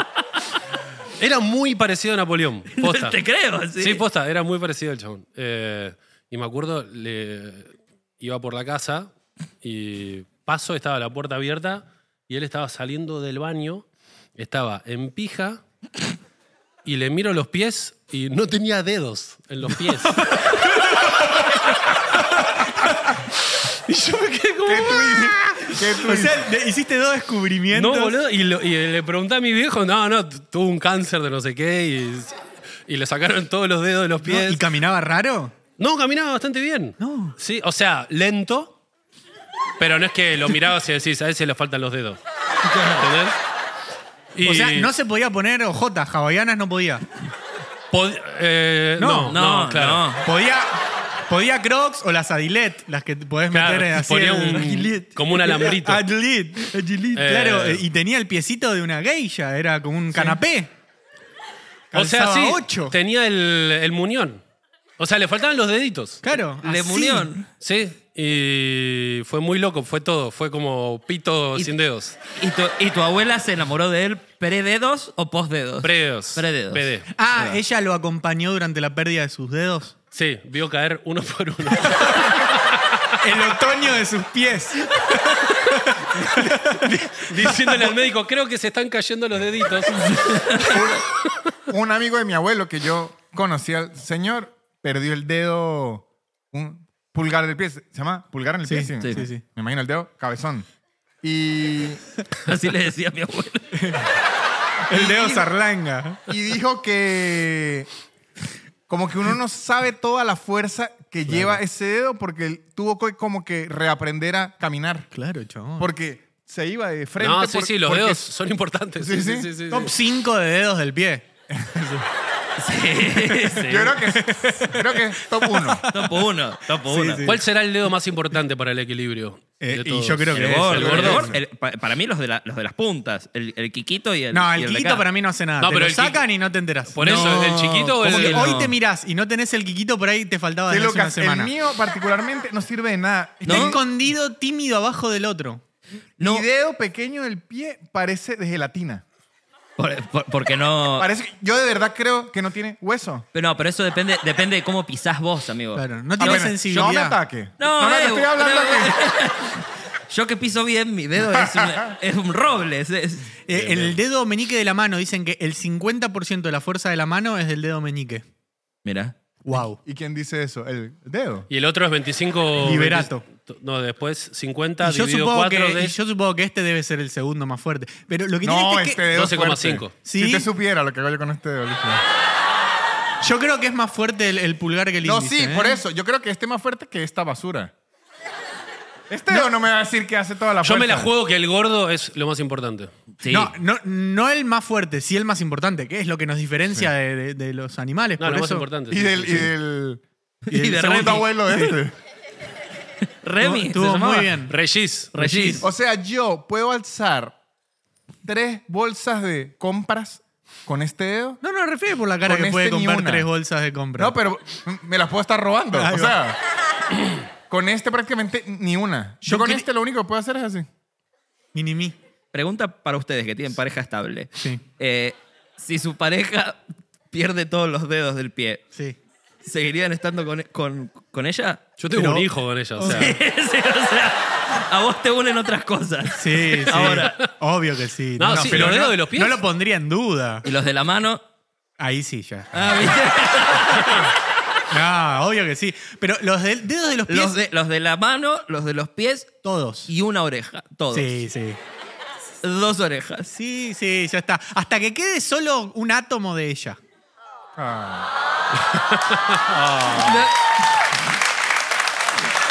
Era muy parecido a Napoleón. Posta. Te creo, sí. Sí, posta, era muy parecido el chabón. Eh, y me acuerdo, le, iba por la casa y paso, estaba la puerta abierta y él estaba saliendo del baño, estaba en pija, y le miro los pies y no tenía dedos en los pies. y yo me quedé como... ¿Qué tweet? ¿Qué O tweet? sea, de- hiciste dos descubrimientos. No, boludo. Y, lo- y le pregunté a mi viejo, no, no, tu- tuvo un cáncer de no sé qué y, y le sacaron todos los dedos de los ¿No? pies. ¿Y caminaba raro? No, caminaba bastante bien. No. Sí, o sea, lento, pero no es que lo mirabas y decís, a ese le faltan los dedos. ¿Entendés? Y O sea, no se podía poner ojotas, hawaianas no podía. pod- eh, No, no, no, No, claro. no. Podía, podía crocs o las adilet, las que te podés Claro, meter así. ponía en- un- como un alambrito. Adilet, adilet, Eh. claro. eh, Y tenía el piecito de una geisha, era como un canapé. O sea, Calzaba sí, ocho. tenía el, el muñón. O sea, le faltaban los deditos. Claro. Le así. munión. Sí, y fue muy loco, fue todo, fue como pito Y- sin dedos. ¿Y tu, y tu abuela se enamoró de él pre-dedos o post-dedos? Prededos. Prededos. PD. Ah, ella lo acompañó durante la pérdida de sus dedos. Sí, vio caer uno por uno. El otoño de sus pies. Diciéndole al médico, creo que se están cayendo los deditos. Un amigo de mi abuelo que yo conocí al señor perdió el dedo, un pulgar del pie. ¿Se llama pulgar en el Sí, pie? sí, sí, sí. Me imagino el dedo, cabezón. Y, Así le decía a mi abuela. El dedo zarlanga. y dijo que como que uno no sabe toda la fuerza que lleva ese dedo porque él tuvo que como que reaprender a caminar. Claro, chabón. Porque se iba de frente. No, sí, por- sí, los porque- dedos son importantes. Sí, sí. Top 5 de dedos del pie. Sí, sí. Yo creo que, creo que es top uno. Top 1, top 1. sí. ¿Cuál será el dedo más importante para el equilibrio? de Eh, y todos? yo creo que El es gordo, el el gordo. gordo. El- pa- para mí los de, la- los de las puntas, el, el Kikito y el No, el y de quiquito acá. para mí no hace nada. No, te lo pero el sacan quiqui- y no te enterás. Por eso, No. ¿el chiquito o ¿Cómo el- que Porque no? hoy te mirás y no tenés el quiquito por ahí, te faltaba Sí, desde hace una Lucas, el semana. mío particularmente no sirve de nada. Este Está escondido tímido abajo del otro. No, Mi dedo pequeño del pie parece de gelatina. por- por- porque no... Parece que- yo de verdad creo que no tiene hueso. Pero No, pero eso depende, depende de cómo pisás vos, amigo. Claro, no tiene Apenas- sensibilidad. No me ataque. No, me eh, estoy hablando pero- aquí. Yo que piso bien, mi dedo es, una- es un roble. es- es- Eh, el dedo meñique de la mano, dicen que el 50% de la fuerza de la mano es del dedo meñique. Mira. Wow. ¿Y quién dice eso? El dedo. Y el otro es 25... Liberato. 20 no, después 50 yo, dividido supongo 4 que, de y yo supongo que este debe ser el segundo más fuerte. Pero lo que No, tiene este es este que dedo es 12,5. fuerte. ¿Sí? Si usted supiera lo que hago yo con este dedo. Lucas. yo creo que es más fuerte el, el pulgar que el No, índice. sí, ¿eh? por eso. Yo creo que este es más fuerte que esta basura. Este dedo no me va a decir que hace toda la Yo fuerza. me la juego que el gordo es lo más importante. Sí. No, no, no el más fuerte, sí el más importante, que es lo que nos diferencia de, de- de los animales. No, por lo más eso- importante. Y sí, del, sí, y sí. del, Y y de del segundo Remy. abuelo de este. Remy. se Estuvo llamaba. muy bien. ah, Regis. Regis. O sea, yo puedo alzar tres bolsas de compras con este dedo. No, no, refiere por la cara Con que puede este ni comprar una. tres bolsas de compra. No, pero me las puedo estar robando. Ahí va. O sea, con este prácticamente ni una. Yo, Yo con cre- este lo único que puedo hacer es así. Mini mí. Pregunta para ustedes que tienen pareja estable. Sí. Eh, si su pareja pierde todos los dedos del pie, Sí. ¿seguirían estando con, con- con ella? Yo tengo Pero- un hijo con ella, o sea... Sí, o sea, a vos te unen otras cosas. Sí, sí. Ahora. Obvio que sí. No, sí, pero los dedos no- de los pies. No lo pondría en duda. Y los de la mano. Ahí sí, ya. Ah, ¿viste? No, obvio que sí. Pero los de- dedos de los pies. Los de, los de la mano, los de los pies Todos. y una oreja. Todos. Sí, sí. Dos orejas. Sí, sí, ya está. Hasta que quede solo un átomo de ella. Ah.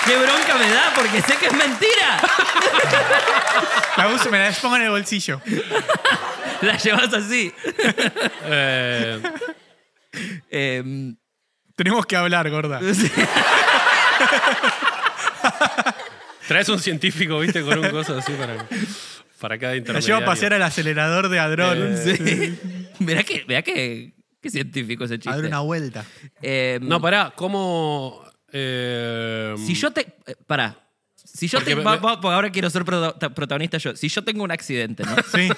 ¡Qué bronca me da! Porque sé que es mentira. La uso, me la pongo en el bolsillo. La llevas así. eh, Eh, Tenemos que hablar, gorda. traes un científico, viste, con un coso así para, para cada La intermediario. llevo a pasear al acelerador de Adrón. Eh, sí. Mirá que, mirá que, qué científico ese A chiste. dar una vuelta. Eh, No, pará, ¿cómo...? eh, si yo te... eh, Pará. Si yo Porque te- me- va- me- va- porque ahora quiero ser prota- protagonista yo. Si yo tengo un accidente, ¿no? Sí.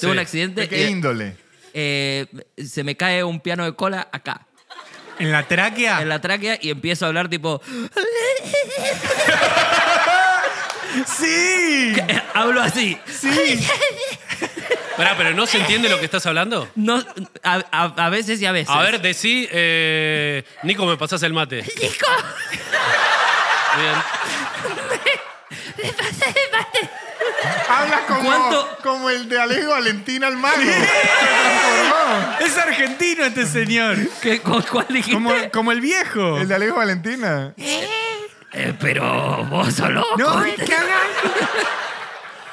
Tengo un ¿De accidente qué y índole? eh, se me cae un piano de cola acá, En la tráquea. en la tráquea, y empiezo a hablar tipo... ¡Sí! Hablo así. ¡Sí! Pará, pero ¿no se entiende lo que estás hablando? No, a, a- a veces y a veces. A ver, decí, eh, Nico, me pasás el mate. Nico, Bien. Hablas como, ¿Cuánto? como el de Alejo Valentín al mago. Se transformó. Es argentino este señor. ¿qué- cu- ¿cuál dijiste? Como, como el viejo. El de Alejo Valentina. Eh, pero vos solo. No,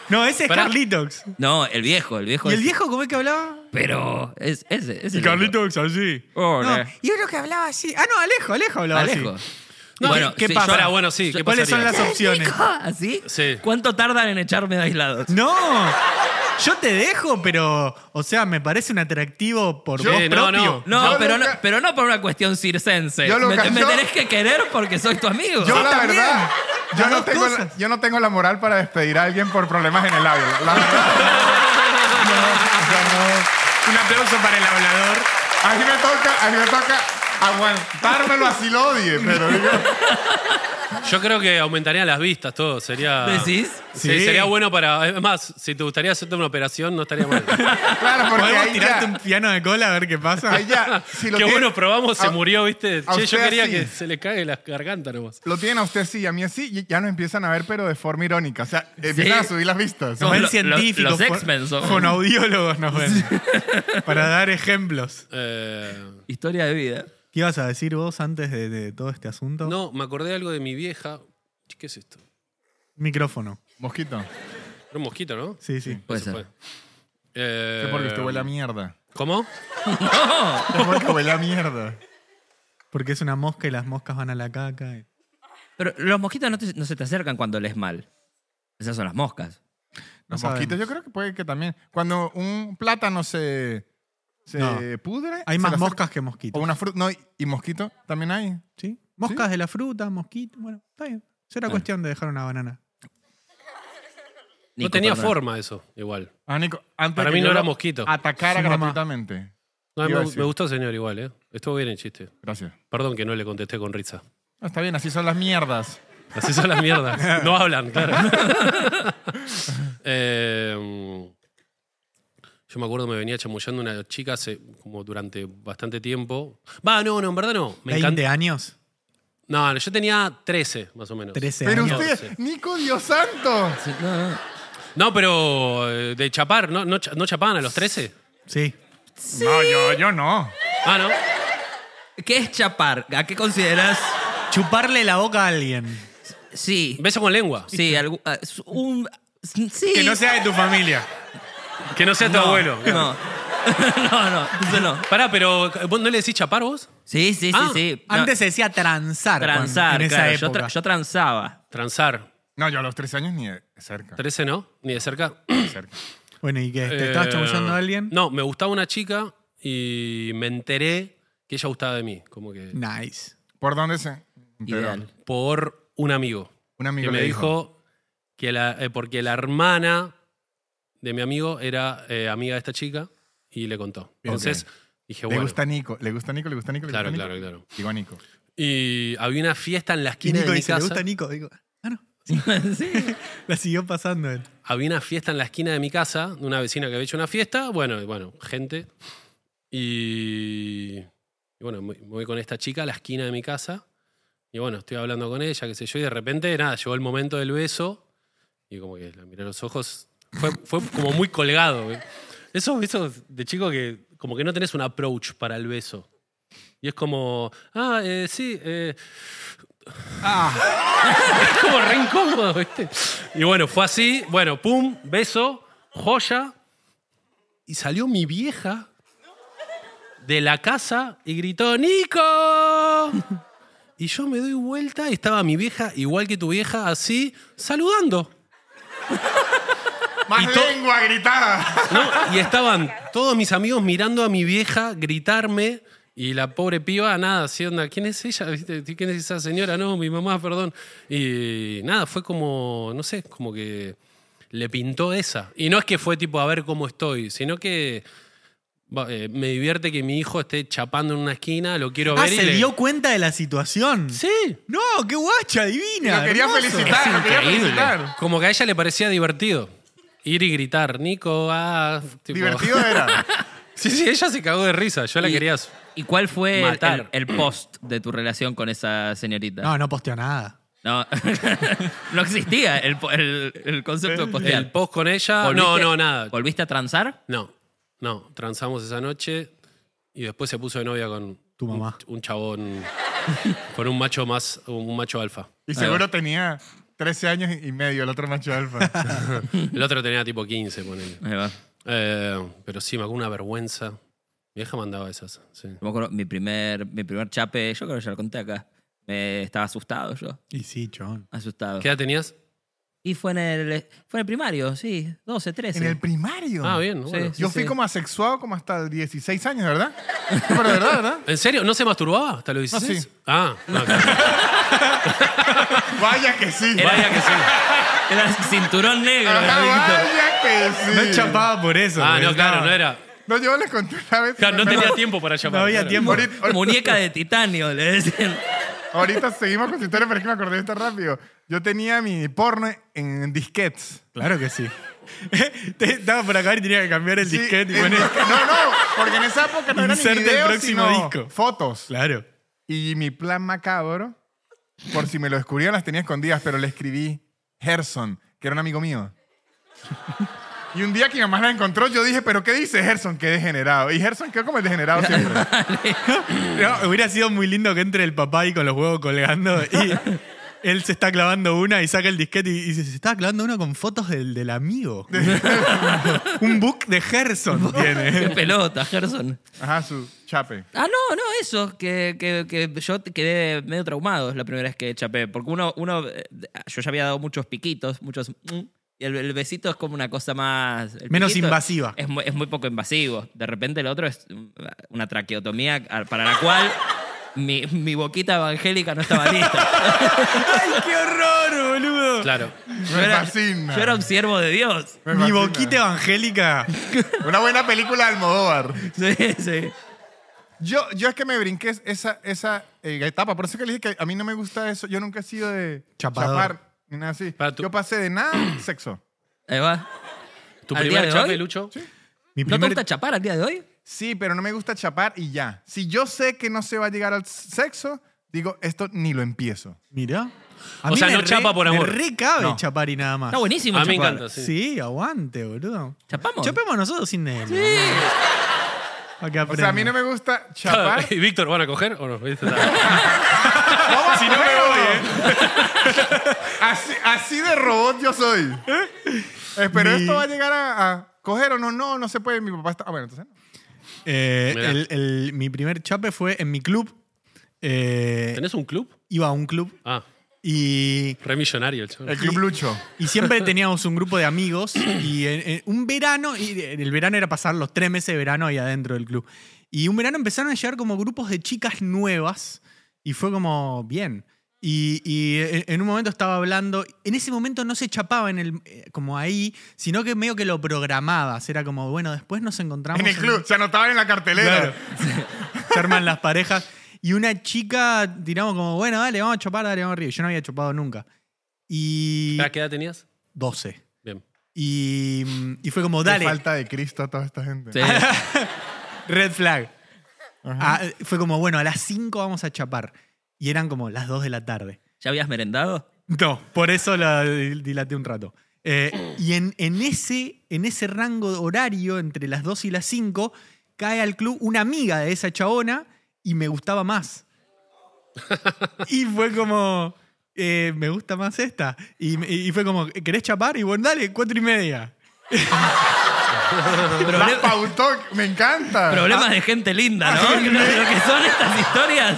no, ese es Pará. Carlitox. No, el viejo, el viejo. ¿Y el es- viejo cómo es que hablaba? Pero es ese. ese es Y el viejo. Carlitox así. Oh, No, no. y uno que hablaba así. Ah, no, Alejo, Alejo hablaba Alejo. así. No, ¿qué sí, pasa? yo- Pará, bueno, sí, ¿qué ¿Cuáles son pasaría? las opciones? Nico, ¿Así? Sí. ¿Cuánto tardan en echarme de aislados? No, yo te dejo, pero, o sea, me parece un atractivo por Yo- vos Sí, no, propio. no. No, Yo pero nunca- no, pero no por una cuestión circense. Yo me, nunca- me yo- tenés que querer porque soy tu amigo. Yo, la también. verdad, Las yo no, dos tengo, la- cosas. yo no tengo la moral para despedir a alguien por problemas en el labio. La verdad. No, yo no. Un aplauso para el hablador. A mí me toca, a mí me toca aguantármelo así lo odie, pero digo, Yo creo que aumentaría las vistas, todo. Sería. ¿Decís? Sí, Sí. sería bueno para. Es más, si te gustaría hacerte una operación, no estaría mal. claro, porque Podemos ahí ya, tirarte un piano de cola a ver qué pasa. ahí ya, si lo Qué tiene- bueno, probamos, se a- murió, ¿viste? a Che, yo usted quería así. que se le cague la garganta nomás. Lo tienen a usted así y a mí así, y ya nos empiezan a ver, pero de forma irónica. O sea, empiezan a subir las vistas. No, Nos ven lo- lo- científicos. los X-Men son- Fonoaudiólogos nos ven. Para dar ejemplos. Eh, Historia de vida. ¿Qué ibas a decir vos antes de, de todo este asunto? no, me acordé algo de mi vieja. Che, ¿Qué es esto? Micrófono. Mosquito, Era un mosquito, ¿no? Sí, sí. Puede Eso ser. fue. Eh, que porque usted huele a mierda. ¿Cómo? No. Es porque huele a mierda. Porque es una mosca y las moscas van a la caca. y- Pero los mosquitos no, te- no se te acercan cuando lees mal. Esas son las moscas. No Los mosquitos, sabemos. yo creo que puede que también. Cuando un plátano se, se No. pudre. Hay se más le acerca- moscas que O mosquitos. una fruta. No, y, y mosquito también hay. ¿Sí? Moscas de la fruta, mosquitos. Bueno, está bien. Será cuestión de dejar una banana. no Nico, tenía perdón. forma eso, igual. Ah, Nico, antes Para que mí yo no era lo mosquito. Atacara Su mamá. gratuitamente. No, iba a me, decir. me gustó, señor, igual, ¿eh? Estuvo bien el chiste. Gracias. Perdón que no le contesté con risa. No, está bien, así son las mierdas. Así son las mierdas. No hablan, claro. Eh, yo me acuerdo me venía chamullando una chica hace como durante bastante tiempo. Va, no, no, en verdad no. Me 20 encanta. años. No, no, yo tenía 13, más o menos. 13 Pero años. usted, sí. Nico, Dios santo. No, pero eh, de chapar, ¿no, no, cha- no chapaban a los 13? Sí. No, yo, yo no. Ah, ¿no? ¿Qué es chapar? ¿A qué consideras? Chuparle la boca a alguien. Sí. Beso con lengua. Sí, algu- ah, es un. Sí. Que no sea de tu familia. Que no sea tu No, abuelo. No. no, no, eso no. Pará, pero ¿vos no le decís chapar vos? Sí, sí, sí, Ah, sí. No, Antes se decía transar. cuando- transar, en esa claro. Yo, época. tra- yo transaba. Transar. No, yo a los 13 años ni de cerca. 13 no, ni de cerca. ni de cerca. Bueno, ¿y qué? ¿Te estabas Eh, chamullando a alguien? No, me gustaba una chica y me enteré que ella gustaba de mí. Como que. Nice. ¿Por dónde se? enteró? Ideal. Por un amigo. Un amigo que me le dijo, que la, eh, porque la hermana de mi amigo era eh, amiga de esta chica y le contó. Entonces dije, Le bueno. gusta Nico, le gusta Nico, le gusta Nico, le Claro, gusta claro, Nico. claro. Digo a Nico. Y había una fiesta en la Y esquina Nico de mi dice, casa. ¿le gusta Nico? Digo, ah, no. La siguió pasando él. había una fiesta en la esquina de mi casa, de una vecina que había hecho una fiesta, bueno, y bueno, gente. Y, y bueno, me me voy con esta chica a la esquina de mi casa. Y bueno, estoy hablando con ella, qué sé yo, y de repente, nada, llegó el momento del beso. Y como que la miré a los ojos. Fue, fue como muy colgado. güey. Esos besos de chico que como que no tenés un approach para el beso. Y es como, ah, eh, sí, eh, es como re incómodo, ¿viste? Y bueno, fue así. Bueno, pum, beso, joya. Y salió mi vieja de la casa y gritó, ¡Nico! Y yo me doy vuelta y estaba mi vieja, igual que tu vieja, así, saludando. Más Y to- lengua gritada. No, y estaban todos mis amigos mirando a mi vieja gritarme y la pobre piba, nada, haciendo, ¿quién es ella? ¿Viste? ¿Quién es esa señora? No, mi mamá, perdón. Y nada, fue como, no sé, como que le pintó esa. Y no es que fue tipo a ver cómo estoy, sino que va, eh, me divierte que mi hijo esté chapando en una esquina, lo quiero Ah, ver. y se le- dio cuenta de la situación. Sí. No, qué guacha, divina. Lo quería hermoso. felicitar, lo quería felicitar. Como que a ella le parecía divertido. ir y gritar, Nico, ah, tipo- Divertido era. Sí, sí, ella se cagó de risa. Yo la Y- quería. su- ¿Y cuál fue el- el, Matar. el post de tu relación con esa señorita? No, no posteó nada. No, no existía el, po- el- el concepto de El postear. post con ella. No, ¿Volviste- no, nada. ¿Volviste a transar? No, no. Transamos esa noche y después se puso de novia con Tu un- mamá. Un, chabón. con un macho más. Un macho alfa. Y seguro tenía 13 años y medio el otro macho alfa. El otro tenía tipo 15, ponele. Ahí va. Eh, pero sí, me acuerdo una vergüenza. Mi vieja mandaba esas. sí. Yo me acuerdo, mi primer, mi primer chape, yo creo que ya lo conté acá. Me estaba asustado yo, Y sí, chabón. asustado. ¿Qué edad tenías? Y fue en el fue en el primario, sí, 12, 13. En el primario. Ah, bien. Sí, bueno. sí. Yo fui como asexuado como hasta 16 años, ¿verdad? Pero de verdad, ¿verdad? ¿En serio? ¿No se masturbaba hasta los No, 16? sí. Ah, no, claro. Vaya que sí. Era- vaya que sí. Era cinturón negro. Ajá, amiguito. Ah, vaya que sí. No chapaba por eso. Ah, porque no, claro, no era. No, yo les conté una vez. Claro, no pero- tenía tiempo para llamar. No había claro. tiempo. Ahorita, ahorita- Muñeca de titanio, le decían. ahorita seguimos con tu historia, pero es que me acordé de esto rápido. Yo tenía mi porno en disquets. Claro que sí. Te- Estaba por acá y tenía que cambiar el Sí, disquete y en poner. disque- No, no, porque en esa época no eran ni Inserte el videos, próximo sino disco. fotos. Claro. Y mi plan macabro, por si me lo descubrían, las tenía escondidas, pero le escribí Gerson, que era un amigo mío. Y un día que mi mamá la encontró, yo dije, ¿pero qué dice Gerson? Qué degenerado. Y Gerson quedó como el degenerado siempre. No, hubiera sido muy lindo que entre el papá ahí con los huevos colgando y él se está clavando una y saca el disquete y y dice, se está clavando una con fotos del, del amigo. Un book de Gerson Qué tiene. pelota, Gerson. Ajá, su chape. Ah, no, no, eso, que, que, que yo te quedé medio traumado la primera vez que chapé, porque uno, uno eh, yo ya había dado muchos piquitos, muchos... mm, y el, el besito es como una cosa más... el Menos piquito invasiva. Es muy, es muy poco invasivo. De repente el otro es mm, una traqueotomía a- para la cual mi, mi boquita evangélica no estaba lista. ¡Ay, qué horror, boludo! Claro. Me Yo era, fascina. yo era un siervo de Dios. Me Mi fascina. boquita evangélica. Una buena película de Almodóvar. Sí, sí. Yo, yo es que me brinqué esa, esa eh, etapa. Por eso que le dije que a mí no me gusta eso. Yo nunca he sido de Chapador. chapar ni nada así. Para tu- Yo pasé de nada sexo. Ahí va. ¿Tu ¿Al día primer de chape, hoy? Lucho? Mi ¿No te primer- gusta chapar al día de hoy? Sí, pero no me gusta chapar y ya. Si yo sé que no se va a llegar al sexo, digo, esto ni lo empiezo. Mirá. O sea, me no chapa por amor. Me recabe No. chapar y nada más. Está buenísimo A mí me chapar. encanta, sí. Sí, aguante, boludo. ¿Chapamos? Chapemos nosotros sin nemo. Sí. Para que O sea, a mí no aprendan. me gusta chapar. ¿Y Víctor, van a coger o no? ¿Viste? si no me voy, ¿eh? así, así de robot yo soy. Eh, pero Mi- esto va a llegar a, a coger o no, no, no se puede. Mi papá está. Ah, bueno, entonces no. Eh, Mirá. el- el- mi primer chape fue en mi club. Eh, ¿Tenés un club? iba a un club Ah, y, re millonario el chaval. El Club Lucho. y siempre teníamos un grupo de amigos y en- en un verano, y el verano era pasar los tres meses de verano ahí adentro del club. Y un verano empezaron a llegar como grupos de chicas nuevas y fue como bien. Y, y en en un momento estaba hablando, en ese momento no se chapaba en el, eh, como ahí, sino que medio que lo programabas, era como, bueno, después nos encontramos En el club. Se anotaban en la cartelera. Claro. Se arman las parejas. Y una chica, tiramos como, bueno, dale, vamos a chopar, dale, vamos arriba. Yo no había chopado nunca. Y. Ah, ¿Qué edad tenías? 12. Bien. Y, y fue como, Qué dale, falta de Cristo a toda esta gente. Sí. red flag. Ah, fue como, bueno, a las 5 vamos a chapar. Y eran como las 2 de la tarde. ¿Ya habías merendado? No, por eso la dil- dilaté un rato. Eh, y en, en ese, en ese rango horario, entre las 2 y las 5, cae al club una amiga de esa chabona y me gustaba más. y fue como, eh, me gusta más esta. Y, me- y fue como, ¿querés chapar? Y bueno, dale, cuatro y media. Más pautón, me encanta. Problemas de gente linda, Ah, ¿no? Lo, lo que son estas historias.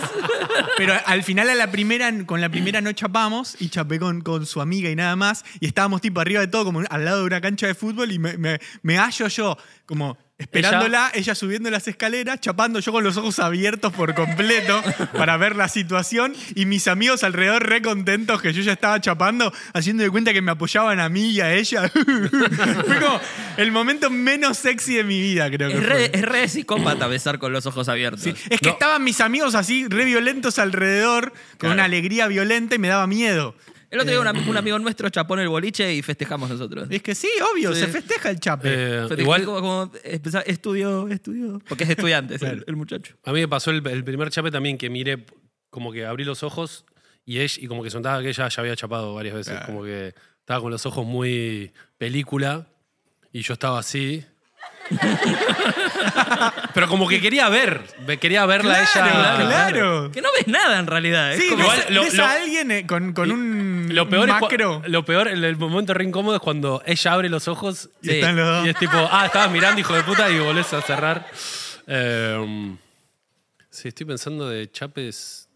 Pero al final, a la primera, con la primera no chapamos y chapé con, con su amiga y nada más. Y estábamos tipo arriba de todo, como al lado de una cancha de fútbol. Y me, me, me hallo yo, como esperándola, ella, subiendo las escaleras, chapando yo con los ojos abiertos por completo para ver la situación. Y mis amigos alrededor re contentos que yo ya estaba chapando, haciendo de cuenta que me apoyaban a mí y a ella. Fue como el momento menos sexy de mi vida, creo que Es fue. re, es re psicópata besar con los ojos abiertos. Es que estaban mis amigos así, re violentos alrededor, con Claro. una alegría violenta y me daba miedo. El otro día un, am- un amigo nuestro chapó en el boliche y festejamos nosotros. Es que sí, obvio, Sí. se festeja el chape. Eh, Festejó igual, como, como, eh, pensaba, estudió, estudió. Porque es estudiante, es el, el muchacho. a mí me pasó el, el primer chape también que miré, como que abrí los ojos y, ella, y como que sonaba que ella ya había chapado varias veces. Como que estaba con los ojos muy película y yo estaba así. Pero como que quería ver, me quería verla a ella. Claro, claro. Que no ves nada en realidad. Es Oh. Sí, como- igual ves, lo- ves lo- a alguien eh, con, con un Lo peor es cua- macro. lo peor, el, el momento re incómodo es cuando ella abre los ojos Y Sí. están los dos. y es tipo, ah, estabas mirando, hijo de puta, y volvés a cerrar. Eh, sí, estoy pensando de chapes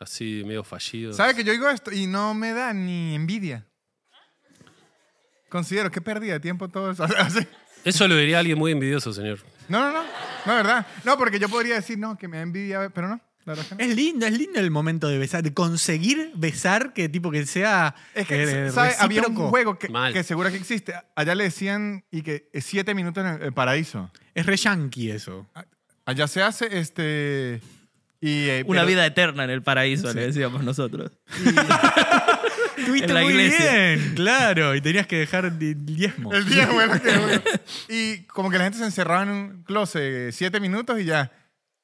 así medio fallidos. ¿Sabes que yo digo esto y no me da ni envidia? Considero que pérdida de tiempo todo eso. Así. Eso lo diría alguien muy envidioso, señor. No, no, no. No, verdad. No, porque yo podría decir, no, que me da envidia, pero no. La verdad que no. Es lindo, es lindo el momento de besar, de conseguir besar que tipo que sea Es que, eh, ¿sabes? Había un recíproco. juego que, Mal. que seguro que existe. Allá le decían y que eh, siete minutos en el- el paraíso. Es re yankee eso. Allá se hace este. Y, eh, Una pero- vida eterna en el paraíso, le decíamos nosotros. Estuviste En la muy iglesia. bien, claro, y tenías que dejar el diezmo. El día bueno que bueno. Y como que la gente se encerraba en un closet siete minutos y ya.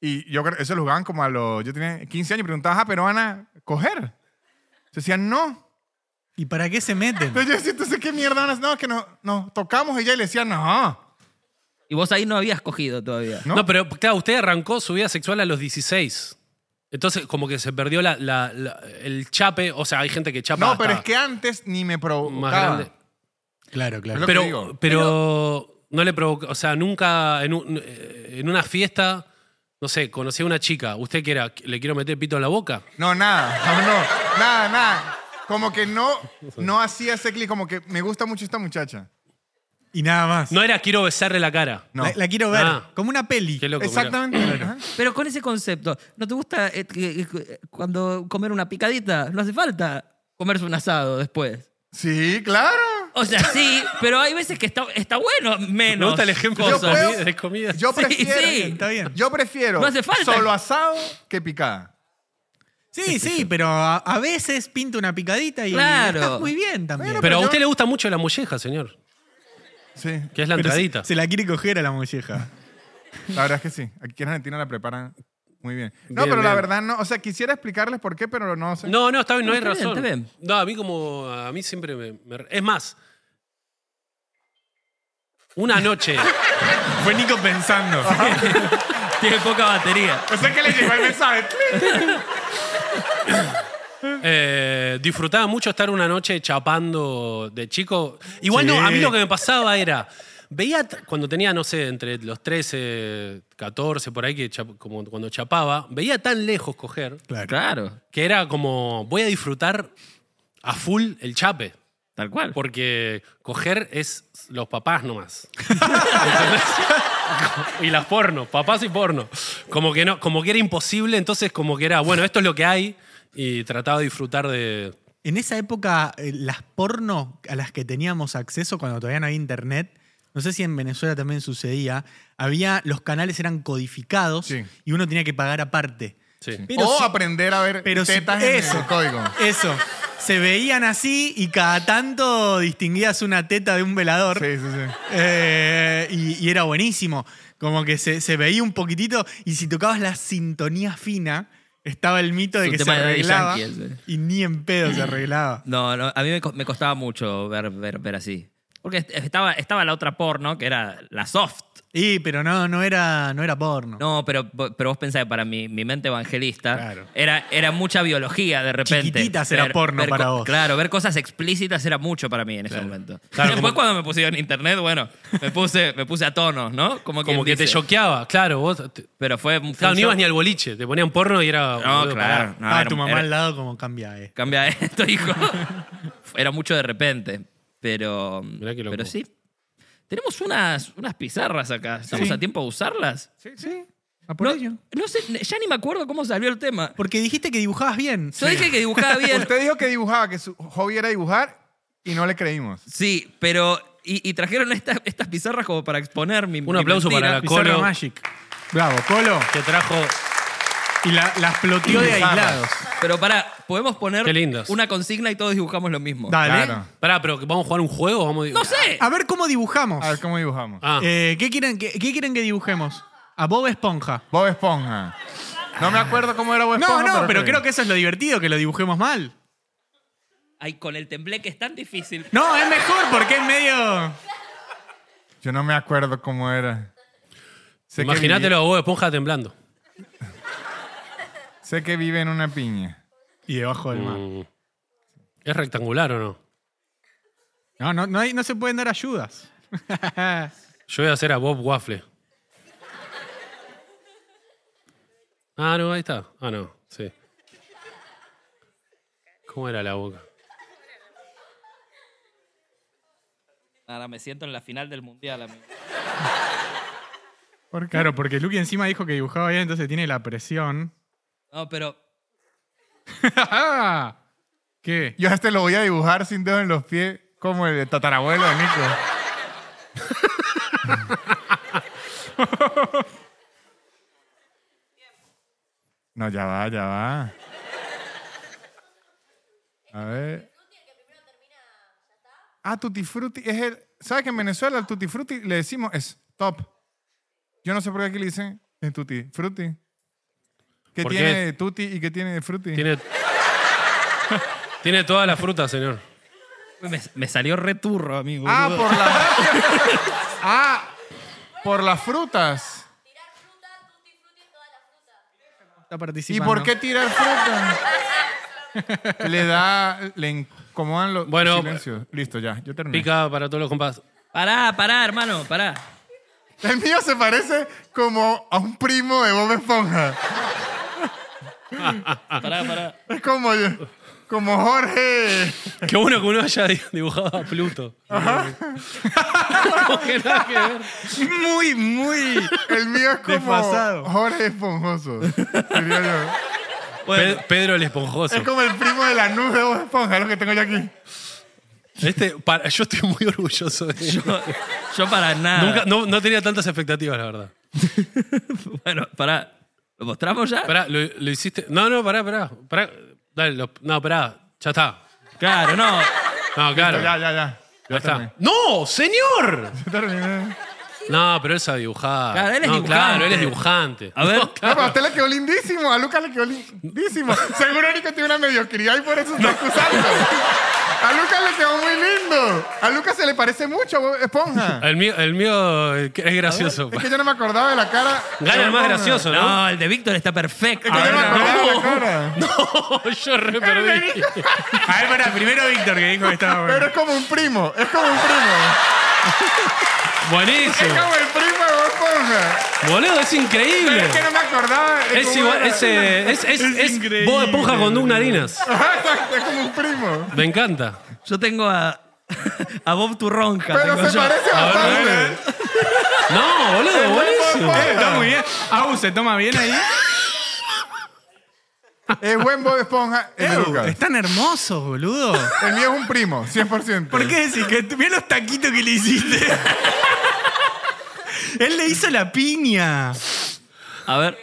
Y yo creo eso lo jugaban como a los. Yo tenía 15 años y preguntabas a peruana, coger. Se decían, no. ¿Y para qué se meten? Entonces yo decía, entonces qué mierda van a hacer? No, es que no- nos tocamos y ya y le decían, no. Y vos ahí no habías cogido todavía. ¿No? ¿No? pero claro, usted arrancó su vida sexual a los 16. Entonces, como que se perdió la, la- la- el chape. O sea, hay gente que chapa. No, pero hasta es que antes ni me Más provocaba. grande. Claro, claro. que Pero, digo. pero, no le provocó, o sea, nunca en, un- eh, en una fiesta, no sé, conocí a una chica, ¿usted qué era? ¿Le quiero meter pito en la boca? No, nada, aún no, nada, nada. Como que no, no hacía ese clic, como que me gusta mucho esta muchacha. Y nada más. No era quiero besarle la cara. No. La, la quiero ver, Ah. como una peli. Qué loco, mirá. Exactamente. Ajá. Pero con ese concepto, ¿no te gusta eh, que- que- cuando comer una picadita? No hace falta comerse un asado después. Sí, claro. O sea, sí, pero hay veces que está, está bueno menos. Me gusta el ejemplo Yo de, cosas. puedo- comi- de comida. Yo Sí, prefiero, sí. Está bien. Yo prefiero No hace falta. solo asado que picada. Sí, sí, pero a, a veces pinta una picadita y Claro. estás muy bien también. Bueno, pero a yo- usted le gusta mucho la molleja, señor, Sí, que es la Pero se- entradita. Se, la quiere coger a la molleja. la verdad es que sí. Aquí en Argentina la preparan muy bien. No, Bien, pero la bien. verdad no. O sea, quisiera explicarles por qué, pero no sé. No, no, está bien, no hay Está bien, razón. está bien. No, a mí como a mí siempre me, me- es más una noche. Fue Nico pensando. Tiene poca batería. O sea, que le llegó el mensaje. Eh, disfrutaba mucho estar una noche chapando de chico. Igual Sí. no, a mí lo que me pasaba era. Veía t- cuando tenía, no sé, entre los 13, 14, por ahí, que chap- como cuando chapaba, veía tan lejos coger Claro. Claro, que era como, voy a disfrutar a full el chape. tal cual. Porque coger es los papás nomás. y las porno, papás y porno. Como que no, como que era imposible, entonces como que era, bueno, esto es lo que hay y trataba de disfrutar de En esa época, eh, las porno a las que teníamos acceso cuando todavía no había internet, no sé si en Venezuela también sucedía, había, los canales eran codificados Sí. y uno tenía que pagar aparte. Sí. Pero o si- aprender a ver pero si- tetas en el eso. código. Eso. Se veían así y cada tanto distinguías una teta de un velador. Sí, sí, sí. Eh, y, y era buenísimo. Como que se, se veía un poquitito. Y si tocabas la sintonía fina, estaba el mito de Es un que se tema de Daddy arreglaba. Yankee ese. y ni en pedo se arreglaba. No, no, a mí me, co- me costaba mucho ver, ver, ver así. Porque est- estaba, estaba la otra porno, que era la soft. Y, pero no, no era, no era porno. No, pero, pero vos pensás que para mi, mi mente evangelista Claro. era, era mucha biología de repente. Chiquititas era porno ver para co- vos. Claro, ver cosas explícitas era mucho para mí en ese momento. Después cuando me pusieron internet, bueno, me puse, me puse a tono, ¿no? Como, Como que quien te dice. choqueaba, claro, vos te- Pero fue... fue claro, un no ibas shock. ni al boliche, te ponían porno y era No, boludo, claro. pará. no, ah, era- tu mamá era- al lado como cambia. eh. Cambia esto, hijo. Era mucho de repente. Pero, Mirá qué loco. pero sí. Tenemos unas, unas pizarras acá. ¿Estamos a tiempo de usarlas? por no, no sé, ya ni me acuerdo cómo salió el tema. Porque dijiste que dibujabas bien. Yo dije que dibujaba bien. Usted dijo que dibujaba, que su hobby era dibujar y no le creímos. Sí, pero. Y, y trajeron esta- estas pizarras como para exponer mi. Un aplauso para la Pizarra Colo. Magic. Bravo, Colo. Que trajo Y la, la explotió de Bizarra. aislados. Pero para, podemos poner Qué lindos. una consigna y todos dibujamos lo mismo. Dale. Claro. Pará, pero ¿vamos a jugar un juego? Vamos a- No sé. A ver cómo dibujamos. A ver cómo dibujamos. Ah, Eh, ¿qué, quieren, qué, qué quieren que dibujemos? A Bob Esponja. Bob Esponja. No me acuerdo cómo era Bob No, Esponja. no, pero está creo que bien. eso es lo divertido, que lo dibujemos mal. Ay, con el tembleque es tan difícil. No, es mejor porque es medio. Yo no me acuerdo cómo era. Sé que imagínatelo a vos, esponja temblando. vive- sé que vive en una piña. Y debajo del mar. Mm. ¿Es rectangular o no? No, no, no, hay- no se pueden dar ayudas. Yo voy a hacer a Bob Waffle. Ah, no, ahí está. Ah, no, sí. ¿Cómo era la boca? Ahora me siento en la final del mundial, amigo. ¿Por qué? Claro, porque Luke encima dijo que dibujaba bien, entonces tiene la presión. No, pero ¿Qué? Yo este lo voy a dibujar sin dedo en los pies, como el tatarabuelo de Nico. No, ya va, ya va. A ver. Ah, Tutti Frutti es el. ¿Sabes que en Venezuela al Tutti Frutti le decimos stop? Yo no sé por qué aquí le dicen eh, Tutti Frutti. ¿Qué ¿Por tiene qué? de Tutti y qué tiene de Frutti? Tiene, tiene toda la fruta, señor. me, me salió returro, amigo. Ah, boludo. por las. ah, por las frutas. Está ¿Y participando. por qué tirar frutas? le da. Le incomodan los Bueno, silencios. Listo, ya, yo terminé. Pica para todos los compás. Pará, pará, hermano, pará. El mío se parece como a un primo de Bob Esponja. Pará, pará. Es como, como Jorge. Qué bueno que uno haya di- dibujado a Pluto. Como que nada que ver. Muy, muy. El mío es como Desfasado. Jorge Esponjoso. diría yo. Bueno, Pe- Pedro el esponjoso. Es como el primo de la nube de Bob Esponja, lo que tengo yo aquí. Este, para- yo estoy muy orgulloso de él. yo, yo para nada. Nunca, no, no tenía tantas expectativas, la verdad. Bueno, pará. ¿Lo mostramos ya? Pará, lo, lo hiciste. No, no, pará, pará. pará. Dale, lo- no, pará. Ya está. Claro, no. No, claro. Ya, ya, ya. Ya terminé. está. ¡No, señor! Yo terminé. No, pero él sabe dibujar. Claro, él es No, dibujante. Claro, él es dibujante. A ver. No, Ah, pero a usted le quedó lindísimo, a Lucas le quedó lindísimo. Seguro Nico tiene una mediocridad y por eso está excusando. A Lucas le quedó muy lindo. A Lucas se le parece mucho a Bob Esponja. El mío, el mío eh, es gracioso. Es que yo no me acordaba de la cara. de Gana el Bob Esponja. más gracioso, No, ¿no? el de Víctor está perfecto. Es que yo no me Ahora, acordaba de la cara. Yo re perdí. A ver, pará, primero Víctor que dijo que estaba Pero bueno. es como un primo, es como un primo. Es Buenísimo. como el primo de Bob Esponja. Boludo, es increíble. Pero es que no me acordaba. de Es cómo igual, era. es, eh, es, es, es, increíble. Bob Esponja con Doug Narinas. Ajá, exacto, es como un primo. Me encanta. Yo tengo a, a Bob Turronca. Pero tengo se yo. parece bastante. No, boludo, buenísimo. Eh, está muy bien. Abu se toma bien ahí. Es buen Bob Esponja, el de Ew, Lucas. están hermosos, boludo. El mío es un primo, 100%. ¿Por qué decís que tú- mirá los taquitos que le hiciste? Él le hizo la piña. A ver.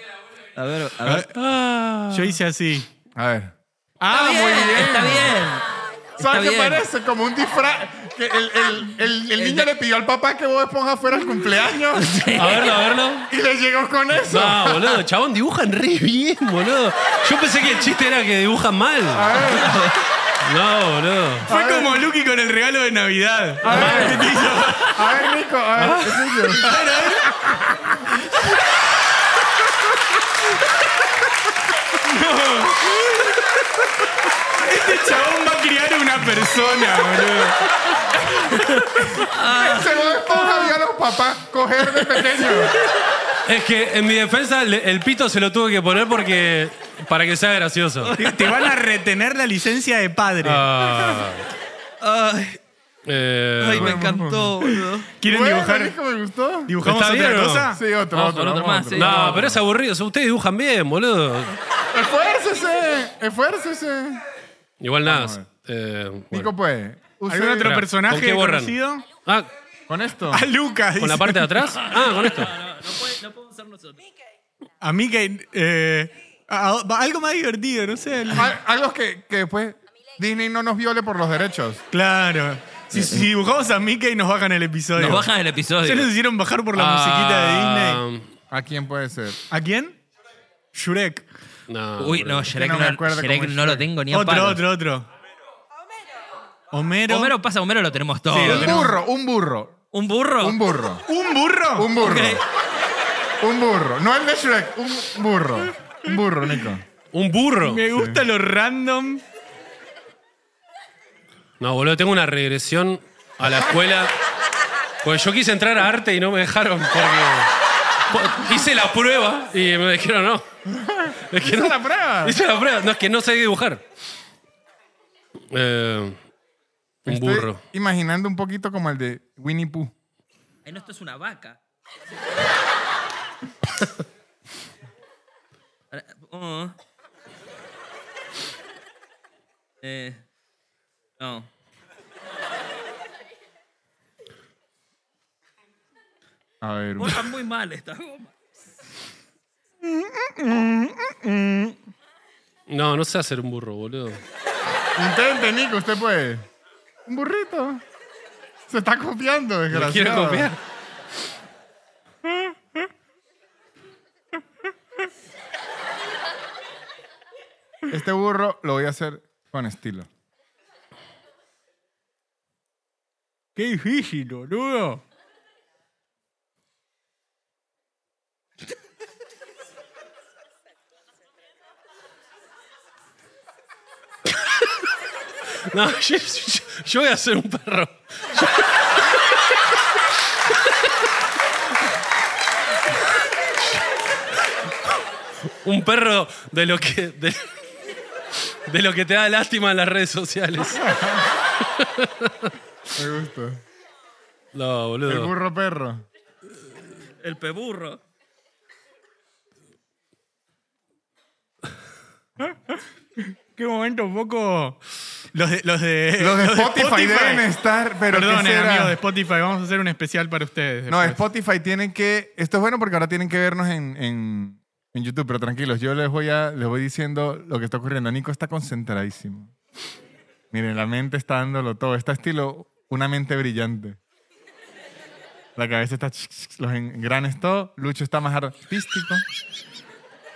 A ver, a ver. Yo hice así. A ver. Está Ah, bien, muy bien. está bien. Está ¿Sabes qué bien. parece? Como un disfraz. Que el, el- el- el El niño de- le pidió al papá que Bob Esponja fuera el cumpleaños A verlo, a verlo. y le llegó con eso. No, boludo, chabón, dibujan re bien, boludo. Yo pensé que el chiste era que dibujan mal. No, boludo. Fue como Lucky con el regalo de Navidad. ¿Qué te hizo? A ver, Nico, a ver, es tuyo. Este chabón va a criar a una persona, boludo. Ah. Se Bob Esponja vio a los papás coger de pequeño. Es que en mi defensa le- el pito se lo tuve que poner porque. para que sea gracioso. Te- Te van a retener la licencia de padre. Ah, Ay, eh, ay, me encantó, boludo. ¿Quieren Bueno, dibujar? Nico, me gustó. ¿Dibujamos ¿Está otra bien o no? cosa? Sí, otro, Ah. Vamos otro. con otro vamos, más, otro. sí. no, pero es aburrido. Ustedes dibujan bien, boludo. Esfuércese, esfuércese. Igual nada. eh, bueno. Nico, pues. use- ¿Algún otro Espera, personaje ¿con qué borran? conocido? Ah, Con esto. A Lucas. ¿con la parte de atrás? Ah, con esto. No, no, no puede- no podemos ser nosotros. A mí que. eh, A- a- algo más divertido, no sé. el- Al- Algo que, que después Disney no nos viole por los derechos. Claro. Si, si dibujamos a Mickey nos bajan el episodio. Nos bajan el Ya episodio. nos hicieron bajar por la musiquita Ah, de Disney. ¿A quién puede ser? ¿A quién? Shrek. No, Uy, no, que Shrek no no, me acuerdo Shrek cómo es no lo Shrek. tengo ni a Otro, palos. otro, otro. Homero. Homero pasa, Homero lo tenemos todo. Sí, lo Un tenemos. burro, un burro. ¿Un burro? Un burro. ¿Un burro? Un burro. Ok. Un burro. No el de Shrek, un burro. Un burro, Nico. Un burro. Me gusta lo random. No, boludo, tengo una regresión a la escuela. Pues yo quise entrar a arte y no me dejaron porque po- hice la prueba y me dijeron no. Es que ¿Esa no- es la prueba? Hice la prueba. No, es que no sé dibujar. Eh, un Estoy burro. Imaginando un poquito como el de Winnie Pooh. Ay, no, esto es una vaca. Uh. Eh, no. A ver. un- Cortan muy mal esta goma. No, no sé hacer un burro, boludo. Intente, Nico, usted puede. Un burrito. Se está copiando, Me desgraciado. quiero copiar. Este burro lo voy a hacer con estilo. Qué difícil, boludo. No, yo, yo- yo voy a ser un perro. un perro de lo que. De, de lo que te da lástima en las redes sociales. Me gusta. No, El boludo. burro perro. El peburro. Qué momento un poco. Los de. Los eh, de, Los de Spotify, deben estar, pero ¿qué Perdón, será? amigos de Spotify, vamos a hacer un especial para ustedes. No, después. Spotify tienen que. Esto es bueno porque ahora tienen que vernos en, en, en YouTube, pero tranquilos, yo les voy, a, les voy diciendo lo que está ocurriendo. Nico está concentradísimo. Miren, la mente está dándolo todo. Está estilo una mente brillante. La cabeza está. ch- ch- ch- Los engranes todo. Lucho está más artístico.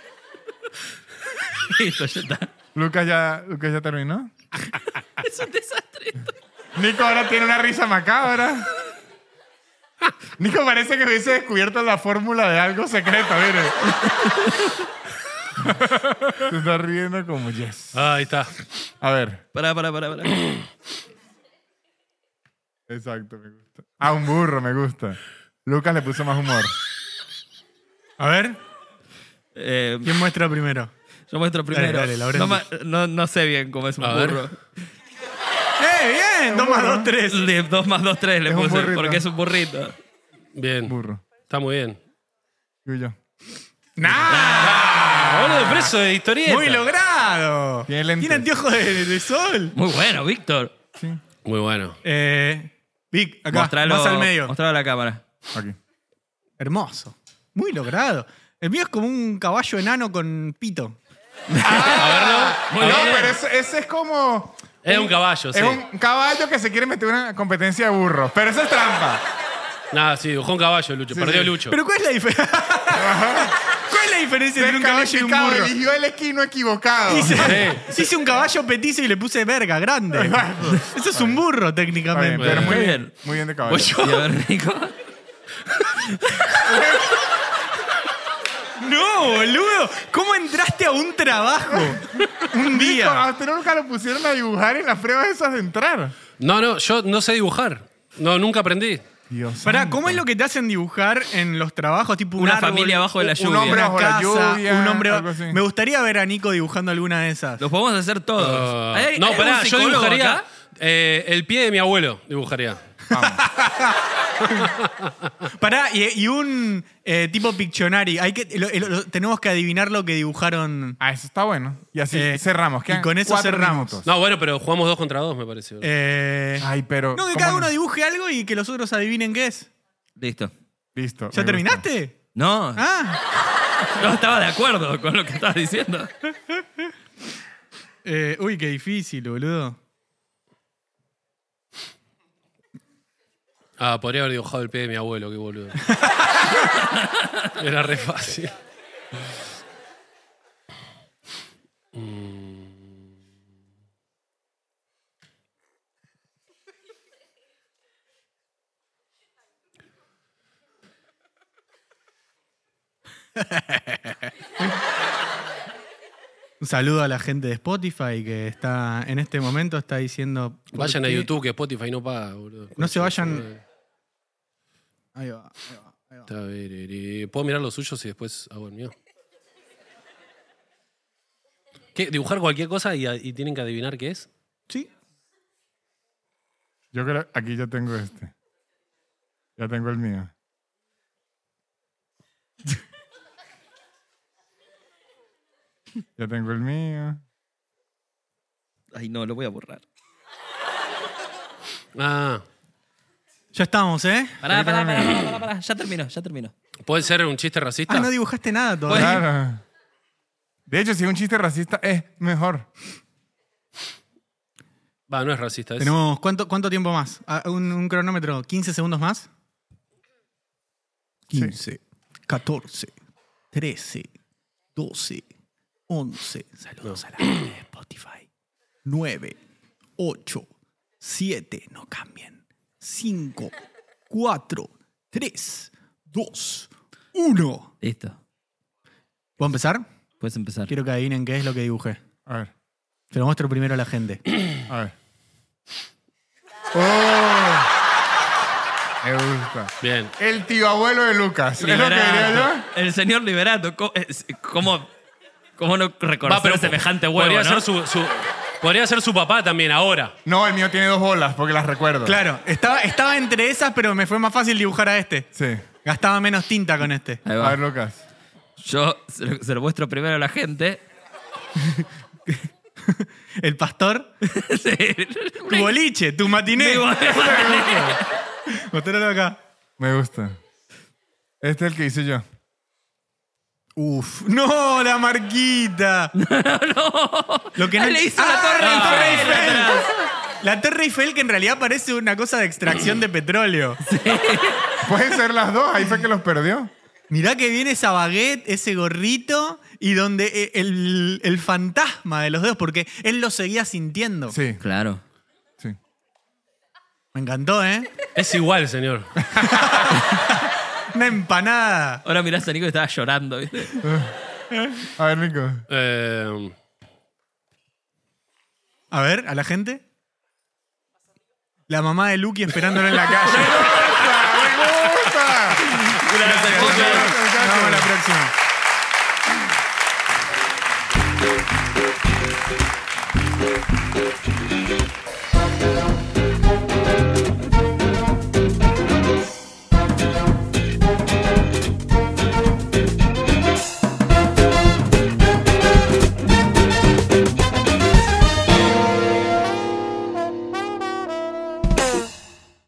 Listo, ya está. Lucas ya, Lucas ya terminó. Es un desastre. esto. Nico ahora tiene una risa macabra. Nico parece que hubiese descubierto la fórmula de algo secreto, mire. Se está riendo como yes. Ah, ahí está. A ver. Pará, pará, pará, pará. Exacto, me gusta. Ah, un burro, me gusta. Lucas le puso más humor. A ver, Eh, ¿quién muestra primero? yo muestro primero. dale, Laurenti. no, ma- no, no sé bien cómo es un A ver. burro. ¡Eh, bien! 2 más 2, 3. De 2 más 2, 3 le Es un puse, burrito. porque es un burrito. Bien. Burro. Está muy bien. Y yo. Ah, boludo, preso de historieta. ¡Muy logrado! Tiene lentes. Tiene anteojos de, de- de sol. Muy bueno, Víctor. Sí. Muy bueno. Eh, Vic, acá, Mostralo, más al medio. mostralo a la cámara. Aquí. Hermoso. Muy logrado. El mío es como un caballo enano con pito. No, Muy bien. pero ese, ese es como. Eh, Es un caballo, sí. Es un caballo que se quiere meter en una competencia de burros. Pero eso es trampa. Nada, sí, dibujó un caballo, Lucho. Sí, Perdió sí. Lucho. Pero ¿cuál es la diferencia? ¿Cuál es la diferencia entre un caballo y un Descalificado, burro? Eligió el esquino equivocado. Hice, hice un caballo petizo y le puse verga, grande. Eso es un burro, Está bien, técnicamente. pero muy Muy bien. bien. Muy bien de Voy caballo. yo. Y a ver, Nico. No, boludo. ¿Cómo entraste a un trabajo? Un A día. usted nunca lo pusieron a dibujar en las pruebas esas de entrar. No, no, yo no sé dibujar. No, nunca aprendí. Dios. Pará, ¿cómo es lo que te hacen dibujar en los trabajos? Tipo un Una árbol, familia bajo de la un lluvia. hombre- una Bajo la casa, lluvia, un hombre. algo así. Me gustaría ver a Nico dibujando alguna de esas. Los podemos hacer todos. Ah, ¿Hay- hay no, algún pará, yo psicólogo dibujaría acá? eh, el pie de mi abuelo. Dibujaría. Pará, y, y un eh, tipo Pictionary. Hay que, lo- lo- lo- tenemos que adivinar lo que dibujaron. Ah, eso está bueno. Y así Eh, cerramos. y quedan con eso cuatro cerramos. minutos. No, bueno, pero jugamos dos contra dos, me pareció. eh, Ay, pero. no, que ¿cómo cada uno dibuje algo y que los otros adivinen qué es. Listo. Listo. ¿Ya me gusta. terminaste? No, Ah. No estaba de acuerdo con lo que estabas diciendo. Eh, uy, qué difícil, boludo. Ah, podría haber dibujado el pie de mi abuelo, qué boludo. Era re fácil. Un saludo a la gente de Spotify que está en este momento está diciendo. ¿por Vayan a qué? YouTube que Spotify no paga, boludo. No se vayan- Ahí va, ahí va, ahí va. Taberere. ¿Puedo mirar los suyos y después hago el mío? ¿Qué? ¿Dibujar cualquier cosa y, y tienen que adivinar qué es? Sí. Yo creo, aquí ya tengo este. Ya tengo el mío. ya tengo el mío. Ay, no, lo voy a borrar. Ah, Ya estamos, ¿eh? Pará, pará, pará, pará, pará, pará. Ya terminó, ya terminó. ¿puede ser un chiste racista? Ah, no dibujaste nada todavía. Claro. De hecho, si es un chiste racista, es mejor. Va, no es racista. Es... Tenemos, ¿cuánto, ¿cuánto tiempo más? Ah, Un, un cronómetro, ¿15 segundos más? 15, 14, 13, 12, 11. Saludos a la gente de Spotify. 9, 8, 7, no cambien. 5, 4, 3, 2, 1. Listo. ¿Puedo empezar? Puedes empezar. Quiero que adivinen qué es lo que dibujé. A ver, Te lo muestro primero a la gente. a ver. ¡Oh! Me gusta. Bien. El tío abuelo de Lucas. ¿Es lo que diría yo? Liberato. El señor Liberato. ¿Cómo, es- cómo, cómo no reconocer semejante huevo, podría, no? ser su, su- podría ser su papá también, ahora. No, el mío tiene dos bolas porque las recuerdo. Claro, estaba, estaba entre esas, pero me fue más fácil dibujar a este. Sí. Gastaba menos tinta con este. Ahí A va. ver, Lucas. Yo se lo, se lo muestro primero a la gente. El pastor, Sí. tu boliche, tu matiné. Digo, Mostralo acá. Me gusta. Este es el que hice yo. Uf, no, la marquita. Lo que no- Ah, Ah, le hizo la Torre la Torre Eiffel Eiffel. La Torre Eiffel que en realidad parece una cosa de extracción de petróleo. Pueden ser las dos, ahí fue que los perdió. Mirá que viene esa baguette, ese gorrito y donde eh, el, el fantasma de los dedos, porque él lo seguía sintiendo. Sí, Claro. sí. Me encantó, ¿eh? Es igual, señor. Una empanada. Ahora mirás a Nico que estaba llorando. ¿viste? A ver, Nico. Eh, A ver, a la gente. La mamá de Lucky esperándolo en la calle. ¡Me gusta! Gracias, Nico. Nos vemos la próxima.